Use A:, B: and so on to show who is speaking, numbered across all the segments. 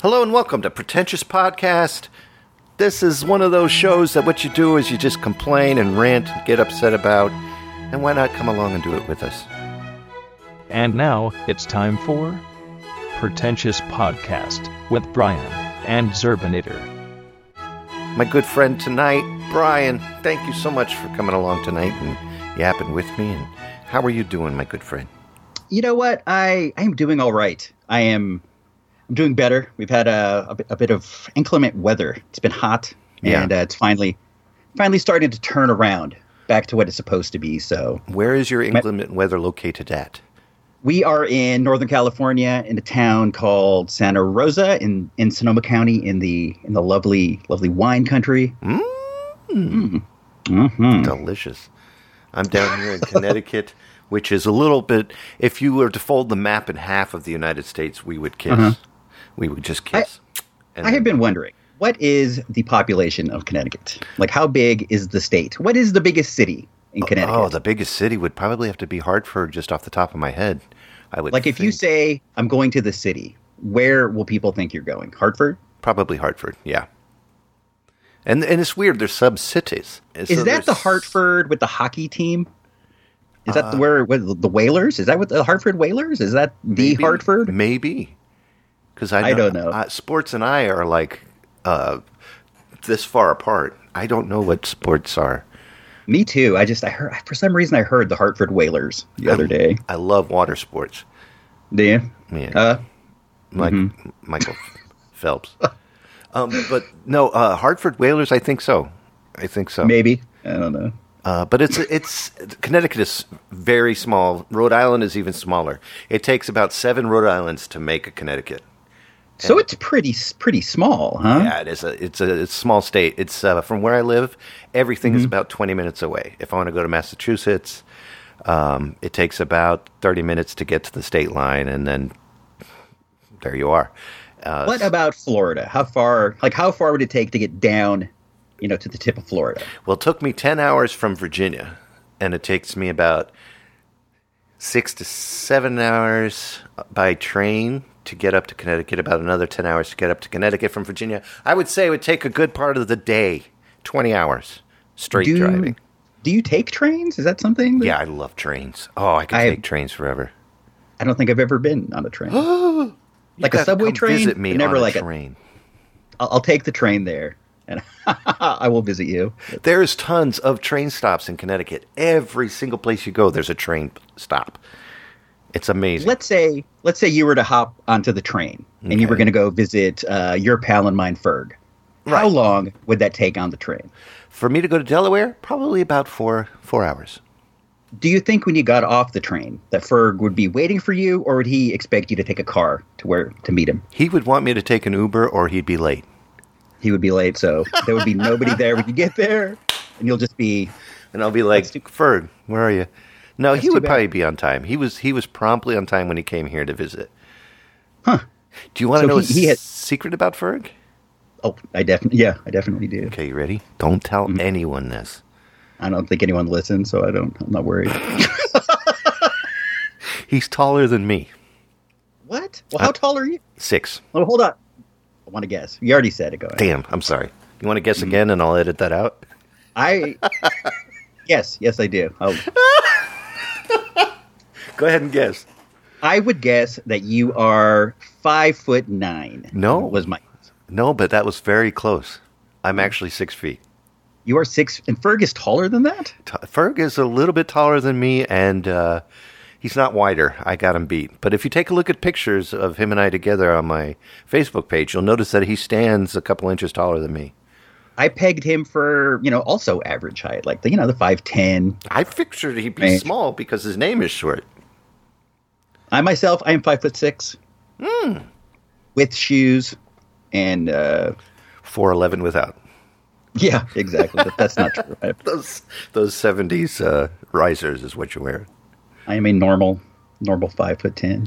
A: Hello and welcome to Pretentious Podcast. This is one of those shows that what you do is you just complain and rant and get upset about, and why not come along and do it with us?
B: And now it's time for Pretentious Podcast with Brian and Zerbinator.
A: My good friend tonight, Brian, thank you so much for coming along tonight and yapping with me. And how are you doing, my good friend?
C: you know what i i am doing all right i am i'm doing better we've had a, a, bit, a bit of inclement weather it's been hot
A: Yeah.
C: and uh, it's finally finally starting to turn around back to what it's supposed to be so
A: Where is your inclement weather located at?
C: we are in northern california in a town called santa rosa in in sonoma county in the in the lovely lovely wine country
A: Mm.
C: Hmm.
A: delicious. I'm down here in Connecticut, which is a little bit. If you were to fold the map in half of the United States, we would kiss. We would just kiss. and
C: Uh-huh. i have been wondering what is the population of connecticut like how big is the state what is the biggest city in connecticut
A: Oh, the biggest city would probably have to be Hartford, just off the top of my head. I would
C: Like if you
A: think.
C: say, I'm going to the city, where will people think you're going? Hartford?
A: probably Hartford, yeah. And and it's weird. There's sub cities.
C: Is that the Hartford with the hockey team? Is
A: Uh,
C: that the where with the Whalers? Is that what the Hartford Whalers? Is that the
A: Mm-hmm.
C: Hartford?
A: Maybe. Because I,
C: I don't know.
A: uh, sports and I are like uh, this far apart. I don't know what sports are.
C: Me too. I just I heard for some reason I heard the Hartford Whalers the other day.
A: I love water sports.
C: Do you?
A: Yeah.
C: Uh, mm-hmm.
A: Mike, Michael Phelps. Um, but no, uh, Hartford Whalers. I think so. I think so.
C: maybe. I don't know.
A: Uh, but it's it's Connecticut is very small. Rhode Island is even smaller. It takes about seven Rhode Islands to make a Connecticut.
C: So it's pretty s- pretty small, huh?
A: Yeah, it is a it's a it's a small state. It's uh, from where I live. Everything is about twenty minutes away. If I want to go to Massachusetts, um, it takes about thirty minutes to get to the state line, and then there you are. Uh,
C: What about Florida? How far like how far would it take to get down, you know, to the tip of Florida?
A: Well, it took me 10 hours from Virginia, and it takes me about six to seven hours by train to get up to Connecticut, about another 10 hours to get up to Connecticut from Virginia. I would say it would take a good part of the day, 20 hours straight
C: Do
A: driving.
C: do you take trains? Is that something? that-
A: Yeah, I love trains. Oh, I could
C: I-
A: take trains forever.
C: I don't think I've ever been on a train. I'll,
A: You
C: Like a
A: gotta
C: subway
A: come
C: train,
A: Visit me
C: but never
A: on
C: like
A: a
C: a-
A: train.
C: I'll take the train there, and I will visit you.
A: There's tons of train stops in Connecticut. Every single place you go, there's a train stop. It's amazing.
C: Let's say, let's say you were to hop onto the train and you were going to go visit uh, your pal and mine, Ferg. How
A: Right.
C: long would that take on the train?
A: For me to go to Delaware, probably about four four hours.
C: Do you think when you got off the train that Ferg would be waiting for you, or would he expect you to take a car to where to meet him?
A: He would want me to take an Uber, or he'd be late.
C: He would be late, so there would be nobody there when you get there, and you'll just be
A: And I'll be like, Ferg, where are you? No, he
C: too
A: would
C: bad.
A: probably be on time. He was he was promptly on time when he came here to visit. Huh? Do you want to
C: So
A: know
C: he-
A: a
C: he had-
A: secret about Ferg?
C: oh, I definitely, yeah, I definitely do.
A: Okay, you ready? Don't tell
C: Mm-hmm.
A: anyone this.
C: I don't think anyone listens, so I don't. I'm not worried.
A: He's taller than me.
C: what? Well, how tall are you?
A: Six.
C: Well, hold on. Uh, I want to guess. You already said it. Go ahead.
A: Damn. I'm sorry. You want to
C: Mm-hmm.
A: guess again, and I'll edit that out.
C: I. yes, yes, I do. Oh,
A: Go ahead and guess.
C: I would guess that you are five foot nine.
A: No.
C: was my.
A: No, but that was very close. I'm actually six feet.
C: You are six, and Ferg is taller than that.
A: t- Ferg is a little bit taller than me, and uh, he's not wider. I got him beat. But if you take a look at pictures of him and I together on my Facebook page, you'll notice that he stands a couple inches taller than me.
C: I pegged him for you know also average height, like the you know the five ten.
A: I pictured he'd be
C: Right.
A: small because his name is short.
C: I myself, I am five foot six, with shoes, and uh,
A: Four eleven without
C: yeah, exactly. but that's not true. I,
A: those those seventies uh, risers is what you wear.
C: I am a normal, normal five foot ten.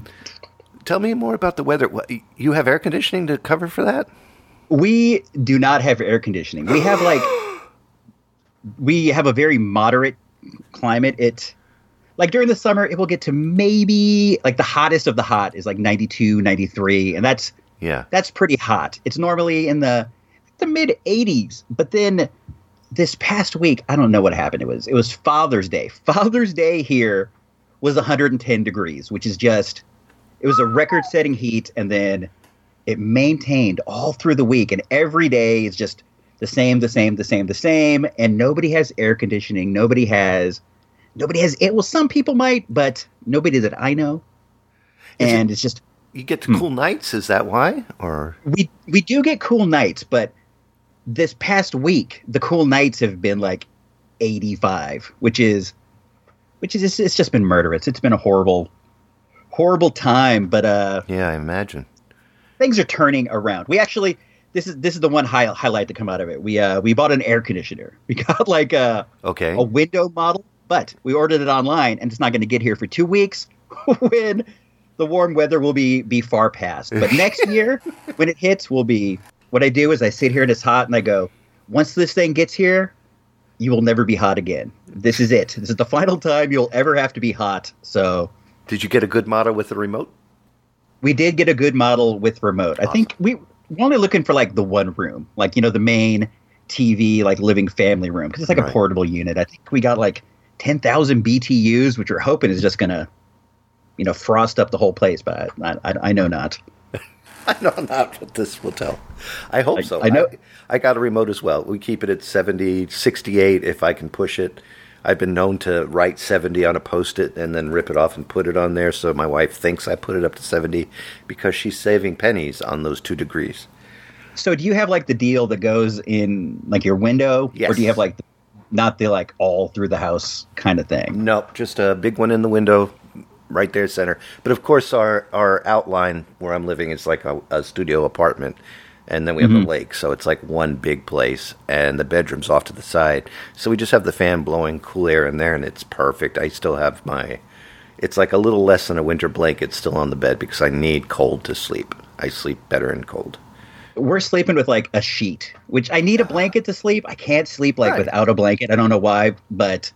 A: Tell me more about the weather. What, you have air conditioning to cover for that?
C: We do not have air conditioning. We have like we have a very moderate climate. It like during the summer it will get to maybe like the hottest of the hot is like 92, 93 and that's
A: Yeah.
C: That's pretty hot. It's normally in the the mid 80s, but then this past week, I don't know what happened. It was it was Father's Day. Father's Day here was 110 degrees, which is just it was a record-setting heat and then it maintained all through the week and every day is just the same, the same, the same, the same and nobody has air conditioning, nobody has nobody has it well some people might, but nobody that I know.
A: Is it-
C: And it's just
A: You get to cool nights. Is that why? Or
C: we we do get cool nights, but this past week the cool nights have been like 85, which is which is it's, it's just been murderous. It's been a horrible horrible time, but uh
A: yeah, I imagine.
C: things are turning around. We actually this is this is the one high, highlight to come out of it. We uh we bought an air conditioner. We got like uh, a
A: Okay.
C: a window model, but we ordered it online and it's not going to get here for 2 weeks when the warm weather will be be far past. But next year when it hits will be what I do is I sit here and it's hot and I go, once this thing gets here, you will never be hot again. This is it. This is the final time you'll ever have to be hot. So
A: Did you get a good model with the remote?
C: we did get a good model with remote. I think we we're only looking for like the one room, like you know the main TV, like living family room, because it's like
A: Right.
C: a portable unit. I think we got like ten thousand BTUs, which we're hoping is just gonna, you know, frost up the whole place. But I, I, I know not.
A: I know not what this will tell. I hope
C: I-
A: so.
C: I know-
A: I, I got a remote as well. We keep it at 70, 68 if I can push it. I've been known to write 70 on a post it and then rip it off and put it on there. So my wife thinks I put it up to 70 because she's saving pennies on those two degrees.
C: So do you have like the deal that goes in like your window,
A: Yes.
C: or do you have like the, not the like all through the house kind of thing?
A: Nope, just a big one in the window right there center. But of course, our, our outline where I'm living is like a, a studio apartment. And then we have
C: Mm-hmm.
A: the lake. So it's like one big place. And the bedroom's off to the side. So we just have the fan blowing cool air in there. And it's perfect. I still have my. It's like a little less than a winter blanket still on the bed because I need cold to sleep. I sleep better in cold.
C: we're sleeping with like a sheet, which I need a blanket to sleep. I can't sleep like
A: Right.
C: without a blanket. I don't know why, but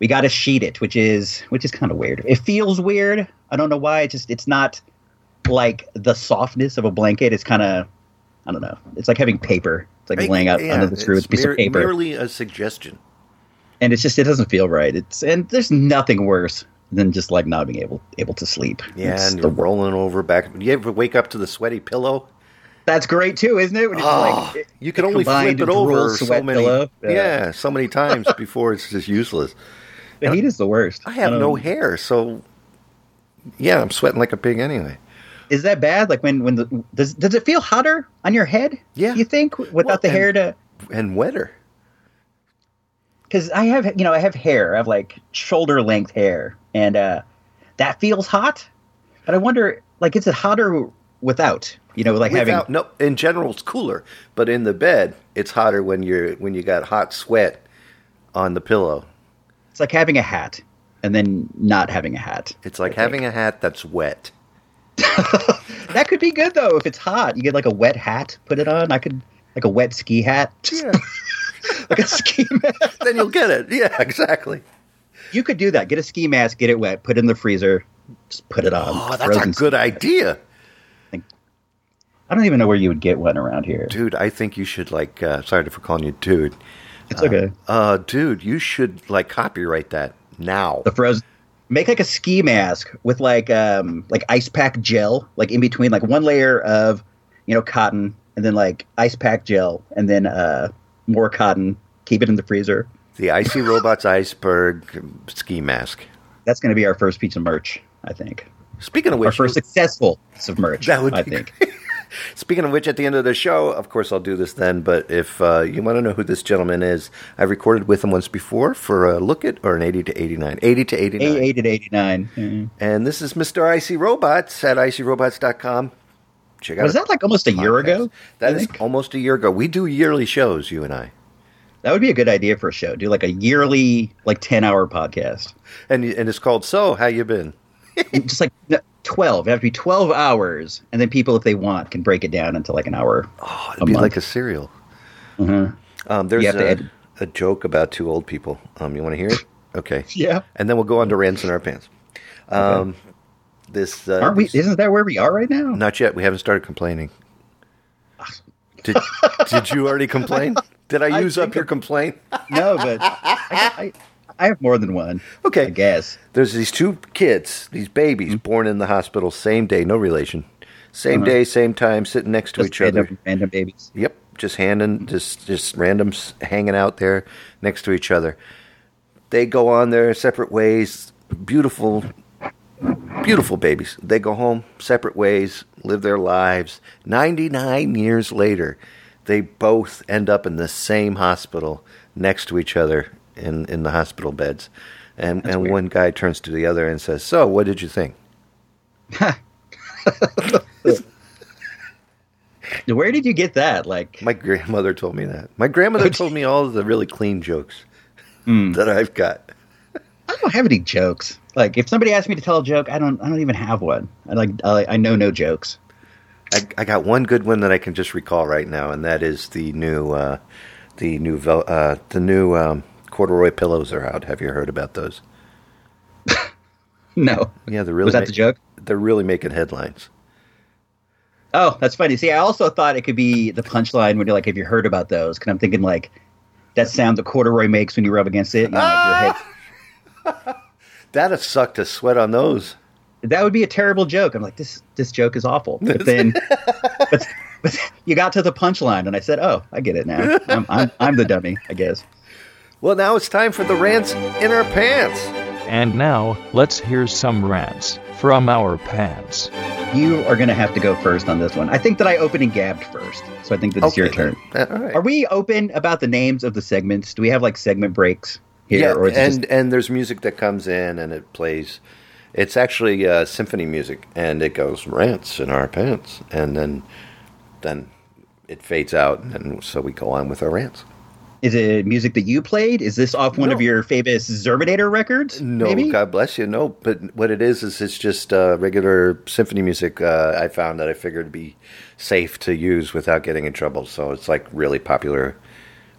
C: we got to sheet it, which is which is kind of weird. It feels weird. I don't know why. It's just it's not like the softness of a blanket. It's kind of I don't know. It's like having paper. It's like laying out
A: Yeah,
C: under the screw with a piece
A: mer-
C: of paper,
A: merely a suggestion.
C: and it's just it doesn't feel right. It's and there's nothing worse than just like not being able able to sleep.
A: Yeah,
C: It's
A: and
C: the
A: you're
C: worst.
A: rolling over back. You ever wake up to the sweaty pillow?
C: That's great too, isn't it? When it's
A: Oh,
C: like, it-
A: you can only flip
C: combined
A: it
C: drool,
A: over so
C: sweat,
A: many,
C: pillow.
A: yeah. so many times before it's just useless.
C: the heat is the worst.
A: I have
C: Um,
A: no hair, so yeah, I'm sweating like a pig anyway.
C: is that bad? Like when when the, does does it feel hotter on your head?
A: Yeah.
C: you think without
A: Well,
C: the
A: and-
C: hair to?
A: And wetter.
C: Because I have you know I have hair. I have like shoulder length hair, and uh, that feels hot. But I wonder, like, is it hotter without? You know, like
A: Without,
C: having
A: no, in general it's cooler, but in the bed it's hotter when you're when you got hot sweat on the pillow.
C: it's like having a hat and then not having a hat.
A: It's like having a hat that's wet.
C: That could be good though if it's hot. You get like a wet hat, put it on. I could like a wet ski hat, just like a ski mask.
A: then you'll get it. Yeah, exactly.
C: You could do that. Get a ski mask, get it wet, put it in the freezer, just put it on.
A: Oh, that's a
C: Frozen
A: good idea.
C: I don't even know where you would get one around here.
A: Dude, I think you should like uh, sorry for calling you dude.
C: It's okay.
A: Uh dude, you should like copyright that now.
C: The frozen. Make like a ski mask with like um like ice pack gel, like in between, like one layer of, you know, cotton and then like ice pack gel and then uh more cotton. Keep it in the freezer.
A: The Icy Robots Iceberg ski mask.
C: That's going to be our first piece of merch, I think.
A: Speaking of
C: Our
A: which,
C: first successful piece of merch.
A: That would
C: I
A: be
C: think.
A: speaking of which, at the end of the show, of course, I'll do this then. But if uh, you want to know who this gentleman is, I recorded with him once before for a look at or an eighty to eighty nine, eighty to eighty nine,
C: Eight to eighty nine.
A: and this is Mister Icy Robots at icyrobots.com. Check out
C: Was that like almost a year ago?
A: That
C: I
A: is
C: think?
A: almost a year ago. We do yearly shows, you and I.
C: that would be a good idea for a show. Do like a yearly, like ten hour podcast.
A: and and it's called So How You Been?
C: just like n- 12 it have to be 12 hours and then people if they want can break it down into like an hour
A: Oh, it'd
C: A
A: be
C: month. Mm-hmm.
A: like a serial. Um, there's
C: You have to
A: a,
C: edit.
A: a joke about two old people. Um, you want to hear it? Okay.
C: yeah
A: And then we'll go on to rants in our pants. Um, this. Uh,
C: Aren't we?
A: this-
C: Isn't that where we are right now?
A: Not yet. We haven't started complaining. Did, did you already complain? Did I use up
C: think
A: your complaint?
C: No, but I, I, I have more than one. I
A: Okay.
C: guess.
A: There's these two kids, these babies,
C: Mm-hmm.
A: born in the hospital same day, no relation. Same day, same time, sitting next to
C: Just
A: each other.
C: Random, random babies.
A: Yep, just handing, just just randoms hanging out there next to each other. They go on their separate ways. Beautiful, beautiful babies. They go home separate ways, live their lives. Ninety nine years later, they both end up in the same hospital next to each other in in the hospital beds. And and one guy turns to the other and says, "So, what did you think?"
C: Where did you get that? Like,
A: My grandmother told me that. My grandmother told me all of the really clean jokes that I've got.
C: I don't have any jokes. Like, if somebody asked me to tell a joke, I don't. I don't even have one. I like. I, I know no jokes.
A: I, I got one good one that I can just recall right now, and that is the new, uh, the new, vel- uh, the new um, corduroy pillows are out. Have you heard about those?
C: No.
A: Yeah, they're really.
C: Was that
A: ma-
C: the joke?
A: They're really making headlines.
C: Oh, that's funny. See, I also thought it could be the punchline when you're like, "Have you heard about those?" Because I'm thinking like that sound the corduroy makes when you rub against it. You know,
A: Ah!
C: like your head.
A: That'd suck to sweat on those.
C: That would be a terrible joke. I'm like, this this joke is awful. But then, but, but you got to the punchline, and I said, "Oh, I get it now. I'm I'm, I'm the dummy, I guess."
A: Well, now it's time for the rants in our pants.
B: And now, let's hear some rants from our pants.
C: You are going to have to go first on this one. I think that I opened and gabbed first, so I think that it's your
A: Okay,
C: turn.
A: then. Uh, all right.
C: Are we open about the names of the segments? Do we have like segment breaks here,
A: yeah,
C: or is it
A: and
C: just
A: and there's music that comes in and it plays. It's actually uh, symphony music, and it goes rants in our pants, and then then it fades out, and so we go on with our rants.
C: Is it music that you played? Is this off one
A: No.
C: of your famous Zerminator records?
A: No,
C: maybe?
A: God bless you. No, but what it is is it's just uh, regular symphony music. Uh, I found that I figured to be safe to use without getting in trouble. So it's like really popular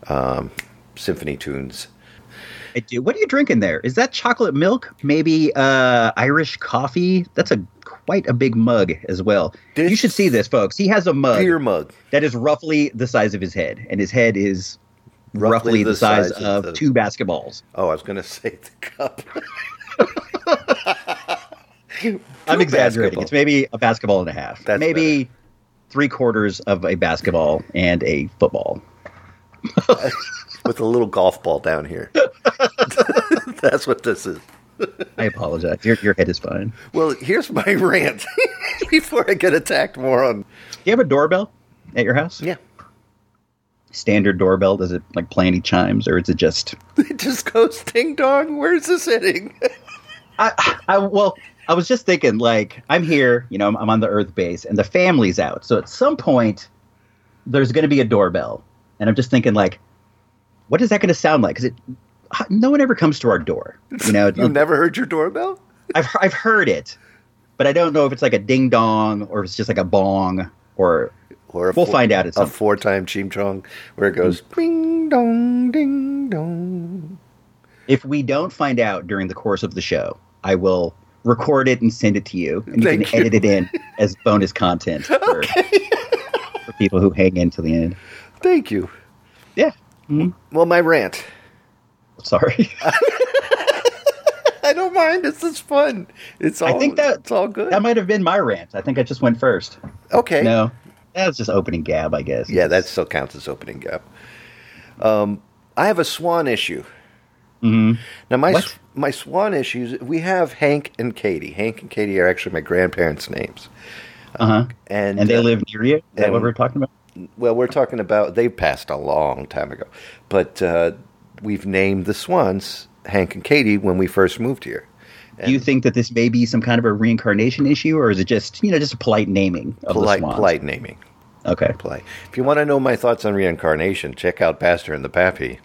A: um, symphony tunes.
C: I do. What are you drinking there? Is that chocolate milk? Maybe uh, Irish coffee? That's a quite a big mug as well.
A: This-
C: you should see this, folks. He has a mug
A: Beer mug.
C: that is roughly the size of his head, and his head is roughly, the, size, of,
A: the-
C: two basketballs.
A: Oh, I was going to say the cup.
C: I'm exaggerating.
A: basketball.
C: It's maybe a basketball and a half.
A: That's
C: maybe three quarters of a basketball and a football.
A: With a little golf ball down here. That's what this is.
C: I apologize. Your, your head is fine.
A: Well, here's my rant before I get attacked more on.
C: Do you have a doorbell at your house?
A: Yeah.
C: standard doorbell? Does it like play any chimes, or is it just?
A: It just goes ding dong. Where's this hitting?
C: I, I well, I was just thinking like I'm here, you know, I'm, I'm on the Earth base, and the family's out, so at some point there's going to be a doorbell, and I'm just thinking like, what is that going to sound like? Because it, no one ever comes to our door, you know.
A: You've never heard your doorbell?
C: I've I've heard it, but I don't know if it's like a ding dong or if it's just like a bong or
A: Or a
C: We'll find out at some Mm.
A: a four-time chim chong where it goes ding dong ding dong.
C: If we don't find out during the course of the show, I will record it and send it to you, and you
A: Thank
C: can
A: you.
C: edit it in as bonus content for, for people who hang in to the end.
A: Thank you.
C: Yeah,
A: Well, my rant.
C: sorry.
A: I don't mind. This is fun. It's all.
C: I think that-
A: it's all good.
C: that might have been my rant. I think I just went first.
A: okay.
C: No, that was just opening gab, I guess.
A: Yeah, that still counts as opening gap. Um, I have a swan issue.
C: Mhm.
A: Now my
C: What?
A: s- my swan issues. We have Hank and Katie. Hank and Katie are actually my grandparents' names,
C: Uh-huh.
A: and
C: And they
A: uh,
C: live near you. Is that
A: and-
C: what we're talking about?
A: Well, we're talking about they passed a long time ago, but uh, we've named the swans Hank and Katie when we first moved here.
C: Do you think that this may be some kind of a reincarnation issue, or is it just you know just a polite naming of
A: Polite,
C: the swans?
A: polite naming.
C: Okay.
A: Polite. If you want to know my thoughts on reincarnation, check out Pastor and the Pappy.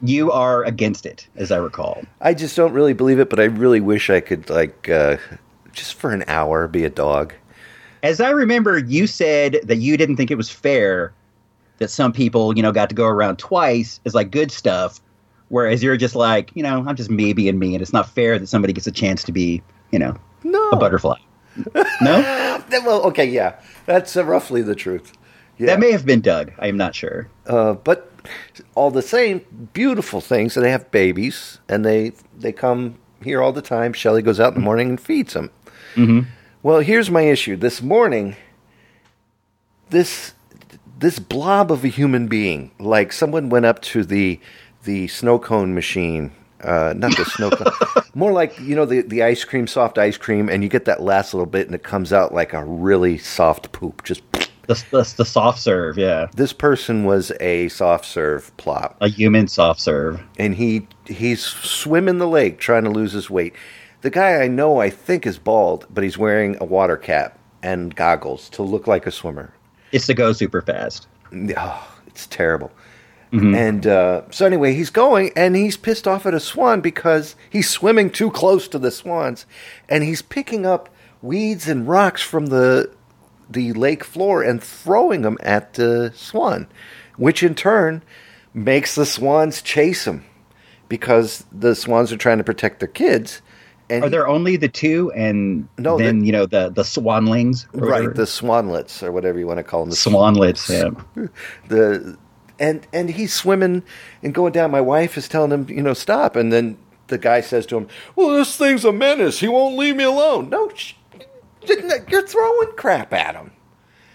C: You are against it, as I recall.
A: I just don't really believe it, but I really wish I could, like, uh, just for an hour, be a dog.
C: As I remember, you said that you didn't think it was fair that some people, you know, got to go around twice as like good stuff, whereas you're just like, you know, I'm just me being me, and it's not fair that somebody gets a chance to be, you know,
A: No.
C: a butterfly. No?
A: Well, okay, yeah, that's uh, roughly the truth. Yeah.
C: That may have been Doug. I'm not sure.
A: Uh, but all the same, beautiful things. And they have babies, and they they come here all the time. Shelly goes out in the morning and feeds them. Well, here's my issue. This morning, this this blob of a human being, like someone went up to the the snow cone machine. Uh, not the snow cone, more like you know the, the ice cream, soft ice cream, and you get that last little bit, and it comes out like a really soft poop. Just
C: The, the, the soft serve, yeah.
A: this person was a soft serve plop
C: A human soft serve.
A: and he he's swimming the lake trying to lose his weight the guy i know i think is bald but he's wearing a water cap and goggles to look like a swimmer
C: It's to go super fast.
A: oh, it's terrible
C: Mm-hmm.
A: and uh, so anyway he's going and he's pissed off at a swan because he's swimming too close to the swans and he's picking up weeds and rocks from the the lake floor and throwing them at the swan which in turn makes the swans chase him because the swans are trying to protect their kids and
C: Are
A: he-
C: there only the two and
A: No,
C: then, you know, the, the swanlings? or whatever?
A: right the swanlets or whatever you want to call them the
C: swanlets, yeah.
A: the and and he's swimming and going down. My wife is telling him, you know, stop. And then the guy says to him, "Well, this thing's a menace. He won't leave me alone." No, sh- you're throwing crap at him.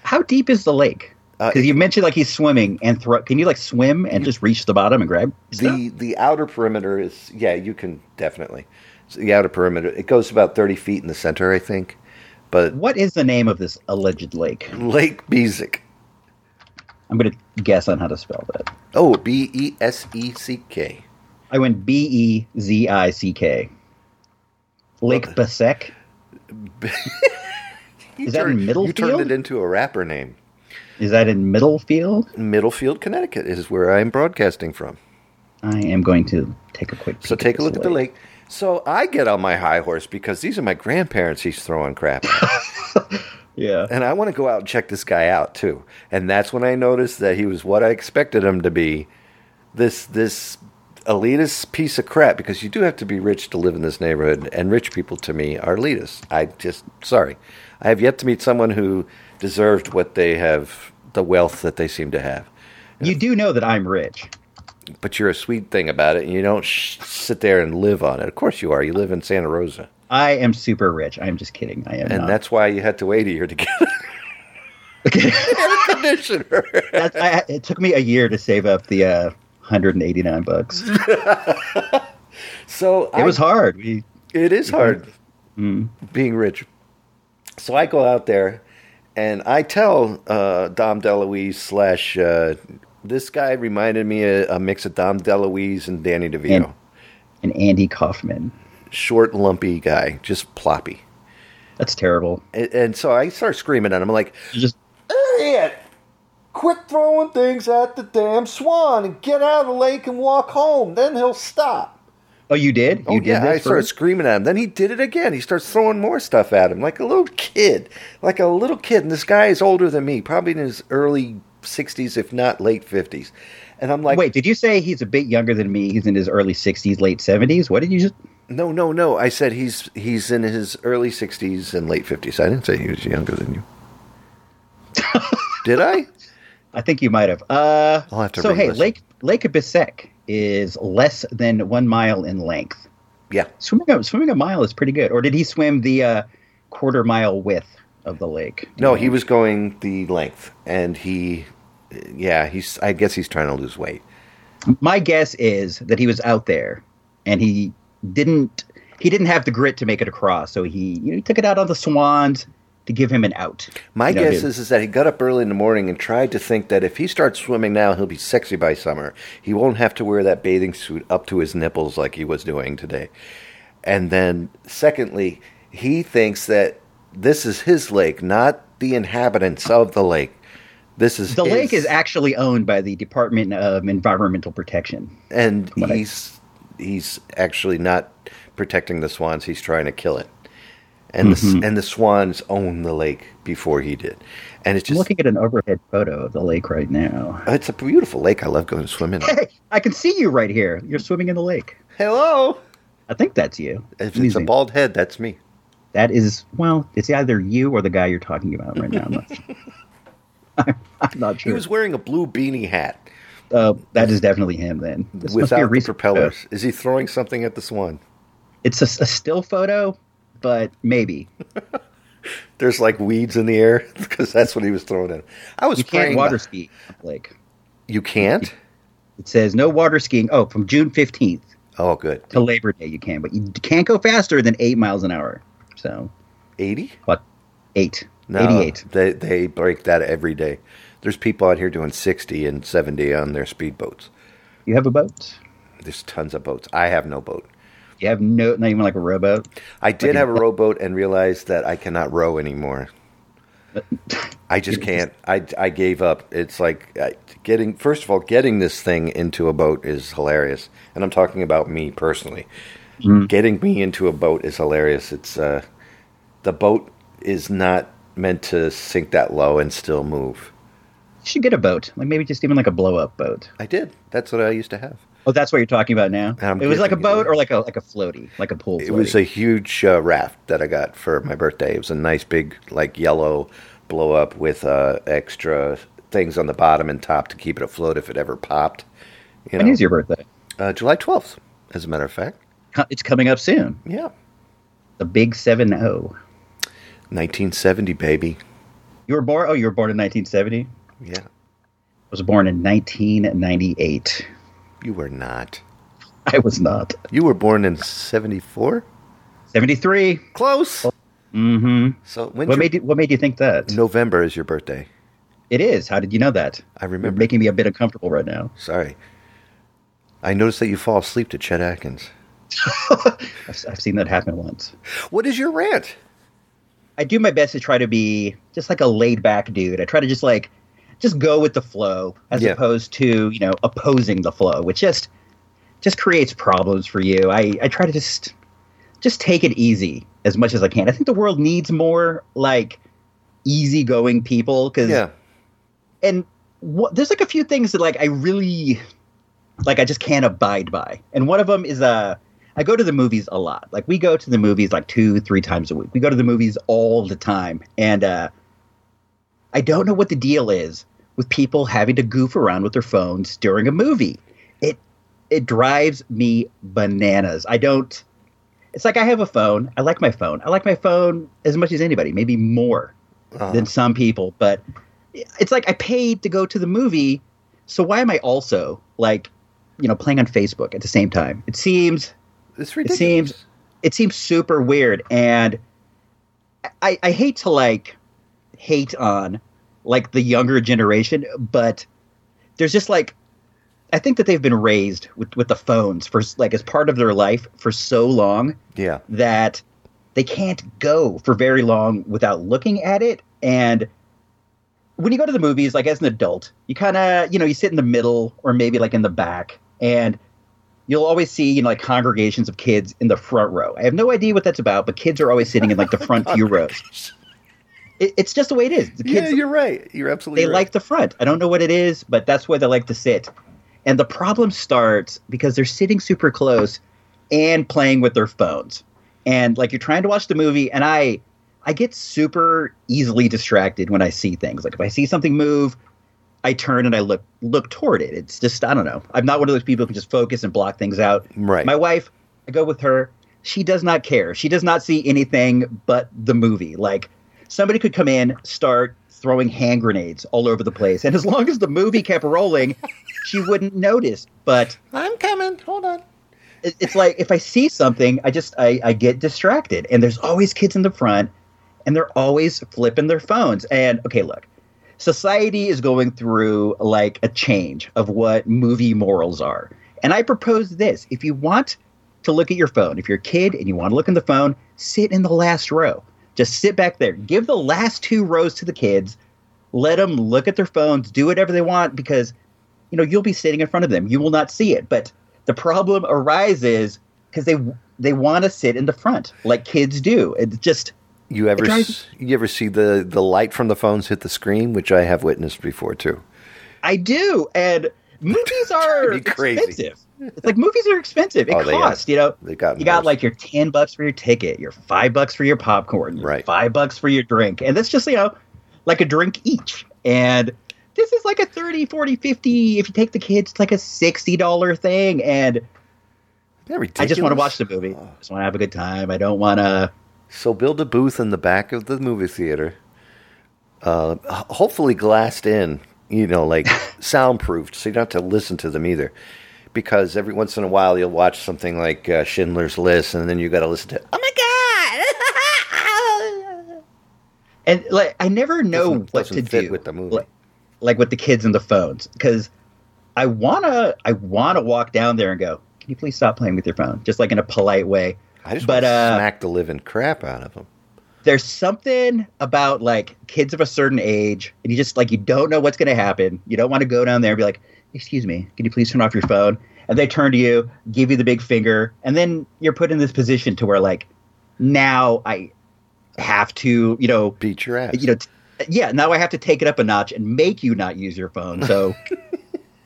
C: How deep is the lake?
A: Uh,
C: Because you mentioned like he's swimming and throw. Can you like swim and just reach the bottom and grab? stuff?
A: The the outer perimeter is yeah, you can definitely so the outer perimeter. It goes about thirty feet in the center, I think. But
C: What is the name of this alleged lake?
A: Lake Bezic,
C: I'm going to guess on how to spell that.
A: oh B E S E C K.
C: I went B E Z I C K. Lake Besek. Is that in
A: You turned
C: Middlefield?
A: it into a rapper name.
C: Is that in Middlefield?
A: Middlefield, Connecticut is where I'm broadcasting from.
C: I am going to take a quick.
A: So
C: peek
A: take a
C: this
A: look at the lake. So I get on my high horse because these are my grandparents he's throwing crap at.
C: Yeah.
A: and I want to go out and check this guy out too. And that's when I noticed that he was what I expected him to be. This this elitist piece of crap because you do have to be rich to live in this neighborhood and rich people to me are elitist. I just sorry. I have yet to meet someone who deserved what they have the wealth that they seem to have.
C: You do know that I'm rich.
A: But you're a sweet thing about it and you don't sh- sit there and live on it. Of course you are. You live in Santa Rosa.
C: I am super rich. I'm just kidding. I am
A: And
C: not.
A: that's why you had to wait a year to get air conditioner.
C: That's, I, it took me a year to save up the uh, 189 bucks. It
A: So it
C: was hard. Mm-hmm. We
A: It is hard being rich. So I go out there, and I tell uh, Dom DeLuise slash uh, this guy reminded me a, a mix of Dom DeLuise and Danny DeVito.
C: And- and Andy Kaufman.
A: Short, lumpy guy, just ploppy.
C: That's terrible.
A: And, and so I start screaming at him like,
C: You just
A: idiot! Quit throwing things at the damn swan and get out of the lake and walk home. Then he'll stop.
C: oh, you did. You
A: Oh
C: did
A: yeah, I
C: this
A: started
C: first?
A: screaming at him. Then he did it again. He starts throwing more stuff at him, like a little kid, like a little kid. And this guy is older than me, probably in his early sixties, if not late fifties. And I'm like,
C: Wait, did you say he's a bit younger than me? He's in his early 60s, late 70s. What did you just?
A: no, no, no. I said he's he's in his early sixties and late fifties. I didn't say he was younger than you. did I?
C: I think you might have. Uh,
A: I'll have to
C: so hey,
A: re-listen.
C: Lake Lake Bisek is less than one mile in length.
A: Yeah.
C: Swimming a, swimming a mile is pretty good. Or did he swim the uh, quarter mile width of the lake?
A: No, he was going the length, and he, yeah, he's. I guess he's trying to lose weight.
C: My guess is that he was out there, and he didn't he didn't have the grit to make it across. So he you know he took it out on the swans to give him an out.
A: My
C: You know,
A: guess
C: he-
A: is, is that he got up early in the morning and tried to think that if he starts swimming now, he'll be sexy by summer. He won't have to wear that bathing suit up to his nipples like he was doing today. And then, secondly, he thinks that this is his lake, not the inhabitants of the lake. This is
C: the
A: his-
C: lake is actually owned by the Department of Environmental Protection.
A: and
C: Right.
A: he's he's actually not protecting the swans. He's trying to kill it, and
C: Mm-hmm.
A: the, and the swans own the lake before he did. And it's
C: I'm
A: just
C: looking at an overhead photo of the lake right now.
A: It's a beautiful lake. I love going to swim in. it.
C: Hey, I can see you right here. You're swimming in the lake.
A: Hello.
C: I think that's you.
A: If it's a
C: Amazing.
A: bald head, that's me.
C: That is, well, it's either you or the guy you're talking about right now. I'm not, I'm not
A: He
C: sure.
A: was wearing a blue beanie hat
C: Uh, that is definitely him then. This must be a
A: without the
C: recent
A: propellers.
C: photo.
A: Is he throwing something at the swan?
C: It's a, a still photo, but maybe.
A: There's like weeds in the air because that's what he was throwing at. I was
C: You can't
A: praying
C: water
A: that-
C: ski on the lake.
A: You can't.
C: It says no water skiing. Oh, from June 15th
A: Oh, good.
C: to Labor Day you can, but you can't go faster than eight miles an hour. So,
A: Eighty.
C: what? Eight.
A: No,
C: 88.
A: They they break that every day. There's people out here doing sixty and seventy on their speedboats.
C: You have a boat?
A: There's tons of boats. I have no boat.
C: You have no, not even like a rowboat?
A: I did have a rowboat and realized that I cannot row anymore. I just can't. I, I gave up. It's like I, getting, first of all, getting this thing into a boat is hilarious. And I'm talking about me personally. Getting me into a boat is hilarious. It's, uh, the boat is not meant to sink that low and still move.
C: You should get a boat. Like maybe just even like a blow up boat.
A: I did. That's what I used to have.
C: Oh, that's what you're talking about now.
A: I'm
C: it was like a
A: guessing it
C: boat
A: was.
C: or like a like a floaty, like a pool.
A: It was
C: floaty.
A: a huge uh, raft that I got for my birthday. It was a nice big like yellow blow up with uh, extra things on the bottom and top to keep it afloat if it ever popped. You
C: When
A: know,
C: is your birthday?
A: uh, July twelfth, as a matter of fact.
C: Co- It's coming up soon.
A: Yeah,
C: The big seven zero.
A: nineteen seventy, baby.
C: You were born. Oh, you were born in 1970. I
A: Yeah,
C: was born in 1998.
A: you were not.
C: I was not.
A: You were born in seventy four.
C: 73.
A: Close.
C: Mm-hmm.
A: So when
C: What made you, what made you think that?
A: November is your birthday?
C: It is. How did you know that?
A: I
C: You're
A: remember.
C: making me a bit uncomfortable right now.
A: Sorry. I noticed that you fall asleep to Chet Atkins.
C: I've, I've seen that happen once.
A: What is your rant?
C: I do my best to try to be just like a laid back dude. I try to just like just go with the flow as
A: Yeah.
C: opposed to, you know, opposing the flow, which just just creates problems for you. I, I try to just just take it easy as much as I can. I think the world needs more like easygoing people because
A: Yeah,
C: and what, there's like a few things that like I really like I just can't abide by. And one of them is uh I go to the movies a lot. Like we go to the movies like 2 3 times a week. We go to the movies all the time and uh I don't know what the deal is with people having to goof around with their phones during a movie. It it drives me bananas. I don't it's like I have a phone. I like my phone. I like my phone as much as anybody, maybe more
A: Uh,
C: than some people, but it's like I paid to go to the movie, so why am I also like, you know, playing on Facebook at the same time? It seems
A: it's
C: it
A: ridiculous.
C: seems it seems super weird, and I I hate to like hate on like the younger generation, but there's just like I think that they've been raised with with the phones for like as part of their life for so long
A: Yeah.
C: that they can't go for very long without looking at it. And when you go to the movies, like as an adult, you kind of, you know, you sit in the middle or maybe like in the back, and you'll always see, you know, like congregations of kids in the front row. I have no idea what that's about, but kids are always sitting in like the front few rows. It, it's just the way it is. The
A: Yeah,
C: kids
A: you're right. You're absolutely
C: they
A: right.
C: like the front. I don't know what it is, but that's where they like to sit. And the problem starts because they're sitting super close and playing with their phones. And like you're trying to watch the movie and I I get super easily distracted when I see things. Like if I see something move, I turn and I look look toward it. It's just I don't know. I'm not one of those people who can just focus and block things out.
A: Right.
C: My wife, I go with her. She does not care. She does not see anything but the movie. Like somebody could come in, start throwing hand grenades all over the place, and as long as the movie kept rolling, she wouldn't notice. But
A: I'm coming. Hold on.
C: it- it's like if I see something, I just I, I get distracted, and there's always kids in the front, and they're always flipping their phones. And okay, look, society is going through like a change of what movie morals are. And I propose this: if you want to look at your phone, if you're a kid and you want to look in the phone, sit in the last row. Just sit back there. Give the last two rows to the kids. Let them look at their phones, do whatever they want, because you know you'll be sitting in front of them you will not see it but the problem arises because they they want to sit in the front like kids do it's just
A: You ever
C: drives-
A: s- you ever see the the light from the phones hit the screen, which I have witnessed before too.
C: i do and movies are
A: Pretty crazy.
C: expensive. It's like movies are expensive. It
A: Oh, they are.
C: costs, you know.
A: They've gotten
C: You got
A: worse.
C: like your ten bucks for your ticket, your five bucks for your popcorn, your
A: Right.
C: five bucks for your drink, and that's just you know like a drink each. And this is like a 30, 40, 50, If you take the kids, it's like a sixty dollar thing. And
A: They're
C: I just want
A: ridiculous.
C: to watch the movie.
A: uh.
C: I just want to have a good time. I don't want to.
A: So build a booth in the back of the movie theater, uh, h- hopefully glassed in, you know, like soundproofed, so you don't have to listen to them either. Because every once in a while you'll watch something like uh, Schindler's List, and then you got to listen to. Oh my god!
C: And like, I never know
A: Doesn't-
C: what
A: doesn't
C: to
A: fit
C: do
A: with the movie.
C: Like, like with the kids and the phones, because I wanna, I wanna walk down there and go, "Can you please stop playing with your phone?" Just like in a polite way.
A: I just
C: But,
A: want to
C: uh,
A: smack the living crap out of them.
C: There's something about like kids of a certain age, and you just like you don't know what's gonna happen. You don't want to go down there and be like, "Excuse me, can you please turn off your phone?" And they turn to you, give you the big finger, and then you're put in this position to where like, now I have to, you know,
A: Beat your ass.
C: you know, t- yeah, now I have to take it up a notch and make you not use your phone. So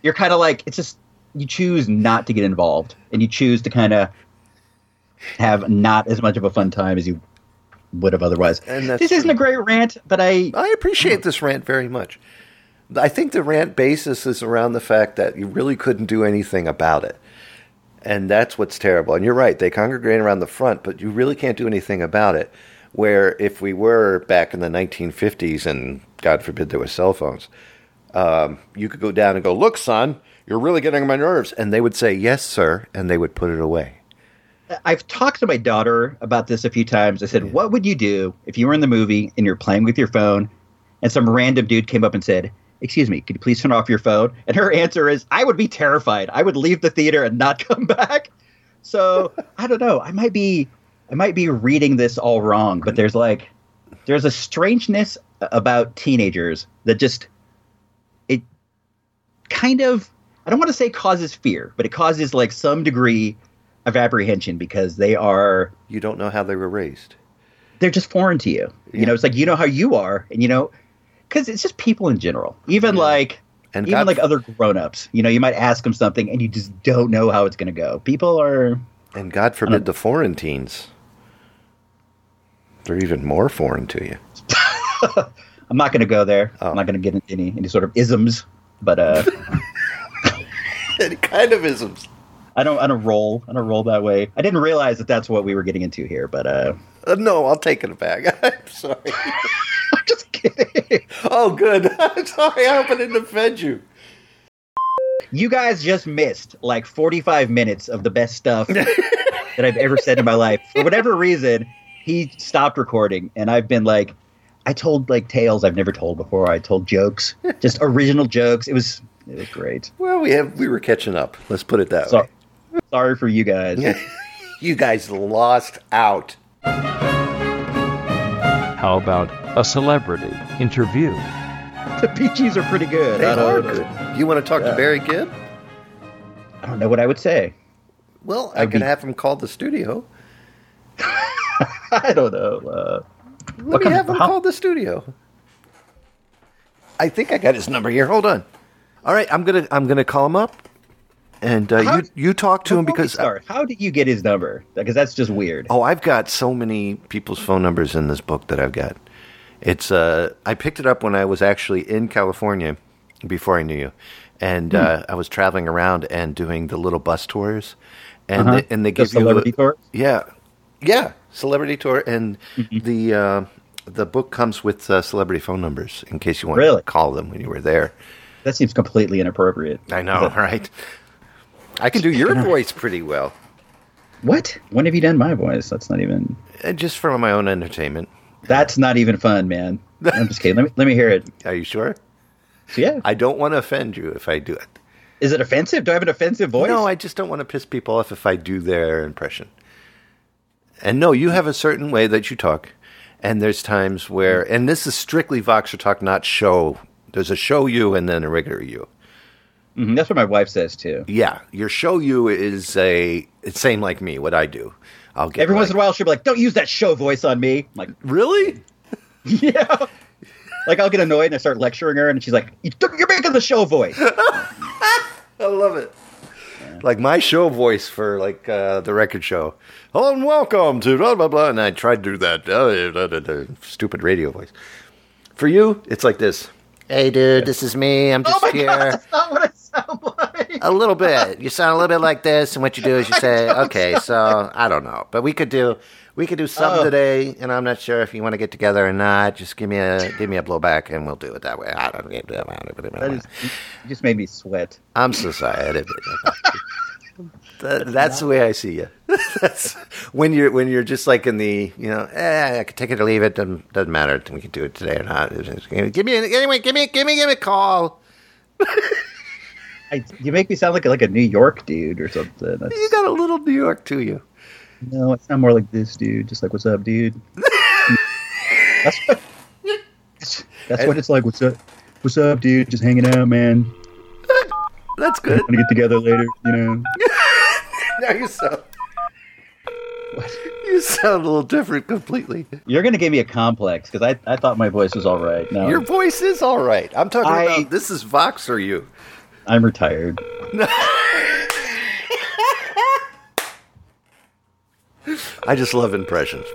C: you're kind of like, it's just, you choose not to get involved and you choose to kind of have not as much of a fun time as you would have otherwise.
A: And
C: This
A: that's
C: isn't a great rant, but I,
A: I appreciate this rant very much. I think the rant basis is around the fact that you really couldn't do anything about it. And that's what's terrible. And you're right, they congregate around the front, but you really can't do anything about it. Where if we were back in the 1950s, and God forbid there were cell phones, um, you could go down and go, Look, son, you're really getting on my nerves. And they would say, Yes, sir. And they would put it away.
C: I've talked to my daughter about this a few times. I said, "What would you do if you were in the movie and you're playing with your phone, and some random dude came up and said, "Excuse me, could you please turn off your phone?" And her answer is, "I would be terrified. I would leave the theater and not come back." So I don't know. I might be, I might be reading this all wrong, but there's like, there's a strangeness about teenagers that just, it, kind of. I don't want to say causes fear, but it causes like some degree of apprehension because they are
A: You don't know how they were raised.
C: they're just foreign to you.
A: Yeah.
C: You know, it's like you know how you are, and you know, because it's just people in general. Even like
A: And
C: even
A: God
C: like other grown-ups. You know, you might ask them something, and you just don't know how it's going to go. People are
A: And God forbid the foreign teens. They're even more foreign to you.
C: I'm not going to go there.
A: Oh.
C: I'm not going to get into any any sort of isms, but uh,
A: Any kind of Uh, isms.
C: I don't I don't roll I don't roll that way. I didn't realize that that's what we were getting into here, but uh,
A: Uh, no, I'll take it back. I'm sorry.
C: I'm just kidding.
A: Oh, good. I'm sorry. I hope I didn't offend you.
C: You guys just missed like 45 minutes of the best stuff that I've ever said in my life. For whatever reason, he stopped recording, and I've been like, I told like tales I've never told before. I told jokes, just original jokes. It was it was great.
A: Well, we have we were catching up. Let's put it that
C: So, sorry for you guys.
A: way. you guys lost out.
B: How about a celebrity interview?
C: The peaches are pretty good.
A: They
C: I,
A: are
C: don't,
A: good. You want to talk to
C: Yeah.
A: Barry Gibb?
C: I don't know what I would say.
A: Well, I
C: I'd
A: could
C: be-
A: have him call the studio.
C: I don't know. Uh,
A: Let me
C: kind of-
A: have him
C: how-
A: call the studio. I think I got his number here. Hold on. All right, I'm gonna I'm gonna call him up, and uh,
C: How-
A: you you talk to him
C: before we
A: because
C: start, how did you get his number? Because that's just weird.
A: oh, I've got so many people's phone numbers in this book that I've got. It's uh, I picked it up when I was actually in California before I knew you, and uh, I was traveling around and doing the little bus tours, and
C: Uh-huh.
A: they, and they
C: The
A: give you
C: celebrity tour?
A: yeah, yeah, celebrity tour, and the uh, the book comes with uh, celebrity phone numbers in case you want
C: Really?
A: to call them when you were there.
C: That seems completely inappropriate.
A: I know, right? I can do your voice pretty well,
C: What? When have you done my voice? That's not even.
A: uh, just for my own entertainment.
C: That's not even fun, man. I'm just kidding. Let me let me hear it.
A: Are you sure?
C: So, yeah,
A: I don't want to offend you if I do it.
C: is it offensive? Do I have an offensive voice?
A: No, I just don't want to piss people off if I do their impression. And no, you have a certain way that you talk, and there's times where, and this is strictly Voxer talk, not show. There's a show you and then a regular you.
C: Mhm, That's what my wife says too.
A: Yeah, your show you is a it's same like me. What I do, I'll get
C: Every once
A: like,
C: in a while, she'll be like, "Don't use that show voice on me." I'm like,
A: Really?
C: yeah. Like I'll get annoyed and I start lecturing her, and she's like, "You- "You're making the show voice."
A: I love it. Like my show voice for like uh, the record show. Hello and welcome to blah blah blah. And I tried to do that uh, da, da, da, stupid radio voice. For you, it's like this. Hey, dude, this is me. I'm just here
C: That's not what I sound like.
A: a little bit. You sound a little bit like this, and what you do is you say, "Okay, so I don't know, but we could do we could do something
C: Oh.
A: today." And I'm not sure if you want to get together or not. Just give me a give me a blowback, and we'll do it that way. I don't get
C: That is, you just made me sweat.
A: I'm so sorry. I didn't. That- that's the way I see you. that's when you're when you're just like in the you know eh, I could take it or leave it doesn't, doesn't matter we can do it today or not. It's just- Give me anyway. Give me give me give me a call.
C: I, you make me sound like like a New York dude or something. That's,
A: You got a little New York to you.
C: no, it's not more like this dude. Just like what's up, dude. that's what, that's what it's like. What's up? What's up, dude? Just hanging out, man.
A: That's good.
C: Gonna get together later, you know.
A: Now you sound. You sound a little different completely.
C: You're gonna give me a complex because I, I thought my voice was all right. No,
A: Your voice is all right. I'm talking
C: I-
A: about this is Vox or you.
C: I'm retired.
A: I just love impressions.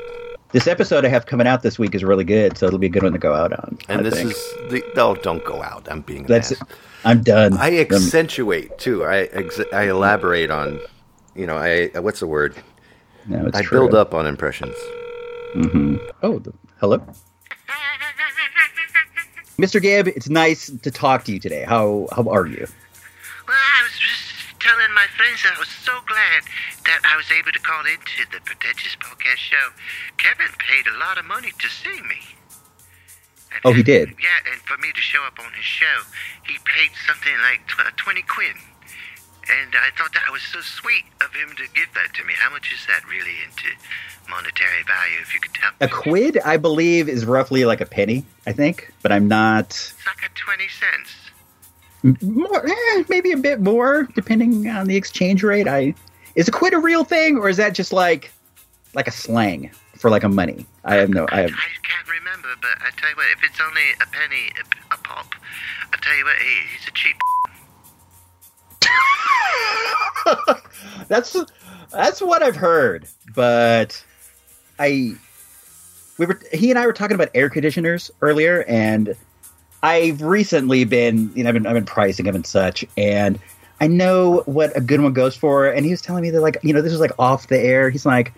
C: This episode I have coming out this week is really good, so it'll be a good one to go out on.
A: And
C: I
A: this
C: think.
A: is the no. Don't go out. I'm being. an
C: that's it.
A: ass.
C: I'm done.
A: I
C: Um,
A: accentuate too. I ex- I elaborate on. You know. I uh, what's the word?
C: no, it's
A: I
C: true.
A: build up on impressions.
C: Oh, the, hello, Mr. Gibb. It's nice to talk to you today. How how are you?
D: Well, I was just telling my friends that I was so glad that I was able to call into the pretentious podcast show. Kevin paid a lot of money to see me. And-
C: Oh, he did?
D: Yeah, and for me to show up on his show, he paid something like tw- 20 quid. And I thought that was so sweet of him to give that to me. How much is that really into monetary value, if you could tell?
C: A quid, I believe, is roughly like a penny. I think, but I'm not
D: It's like a 20 cents.
C: more. Eh, maybe a bit more, depending on the exchange rate. I is a quid a real thing, or is that just like like a slang for like a money? I have no. I have.
D: I can't remember, but I tell you what, if it's only a penny a, p- a pop, I tell you what, he, he's a cheap.
C: That's that's what I've heard, but I we were he and I were talking about air conditioners earlier, and I've recently been you know I've been I've been pricing them and such, and I know what a good one goes for, and he was telling me that like you know this was like off the air. He's like,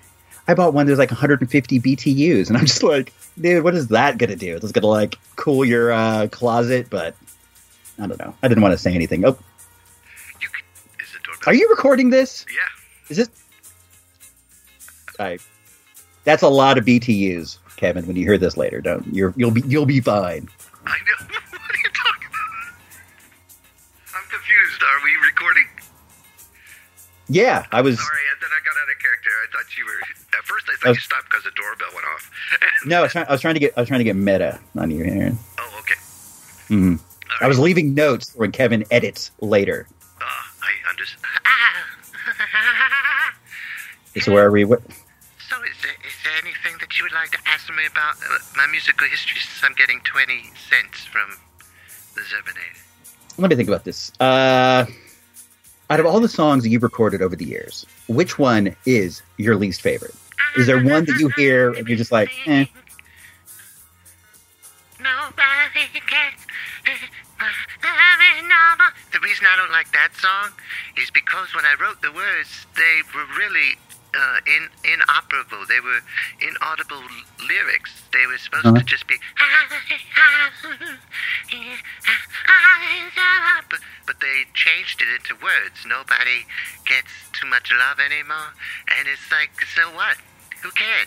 C: I bought one that's like 150 BTUs, and I'm just like, dude, what is that gonna do? It's gonna like cool your uh, closet, but I don't know. I didn't want to say anything. Oh,
D: You could, is the doorbell?
C: are you recording this?
D: Yeah.
C: Is it? I. That's a lot of BTUs, Kevin. When you hear this later, don't you're you'll be you'll be fine.
D: I know. what are you talking about? I'm confused. Are we recording?
C: Yeah, I was.
D: Sorry, and then I got out of character. I thought you were. At first, I
C: Oh.
D: thought you stopped because the doorbell went off.
C: No, I was, trying, I was trying to get I was trying to get meta on you, Aaron.
D: oh, okay.
C: Mhm.
D: All
C: I was leaving notes when Kevin edits later.
D: right. Oh, I understand. Ah.
C: This is where we. What,
D: so, is there, is there anything that you would like to ask me about uh, my musical history since I'm getting 20 cents from the Zerbinator?
C: let me think about this. Uh, out of all the songs that you've recorded over the years, which one is your least favorite? Is there one that you hear and you're just like, eh?
D: Nobody gets normal. The reason I don't like that song is because when I wrote the words, they were really uh, in inoperable. They were inaudible l- lyrics. They were supposed
C: Uh-huh.
D: to just be. But, but they changed it into words. Nobody gets too much love anymore. And it's like, so what? Who cares?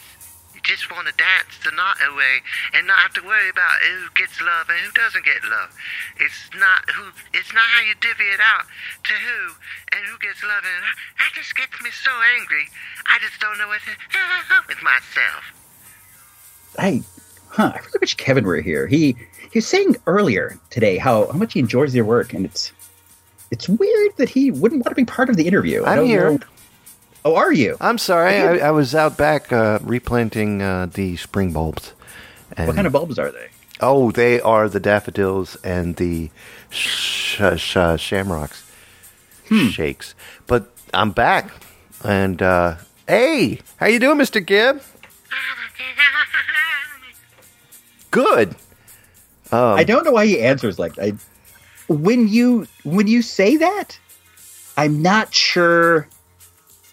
D: You just want to dance the night away and not have to worry about who gets love and who doesn't get love. It's not who. It's not how you divvy it out to who and who gets love. And I- that just gets me so angry. I just don't know what to do with myself.
C: I, huh? I really wish Kevin were here. He he was saying earlier today how, how much he enjoys your work, and it's it's weird that he wouldn't want to be part of the interview. I
A: I'm
C: don't
A: here.
C: know- Oh, are you?
A: I'm sorry. I, I was out back uh, replanting uh, the spring bulbs. And,
C: What kind of bulbs are they?
A: Oh, they are the daffodils and the sh- sh- shamrocks.
C: Hmm.
A: shakes. But I'm back, and uh, hey, how you doing, Mister Gibb? Good. Um, Oh.
C: I don't know why he answers like I when you when you say that, I'm not sure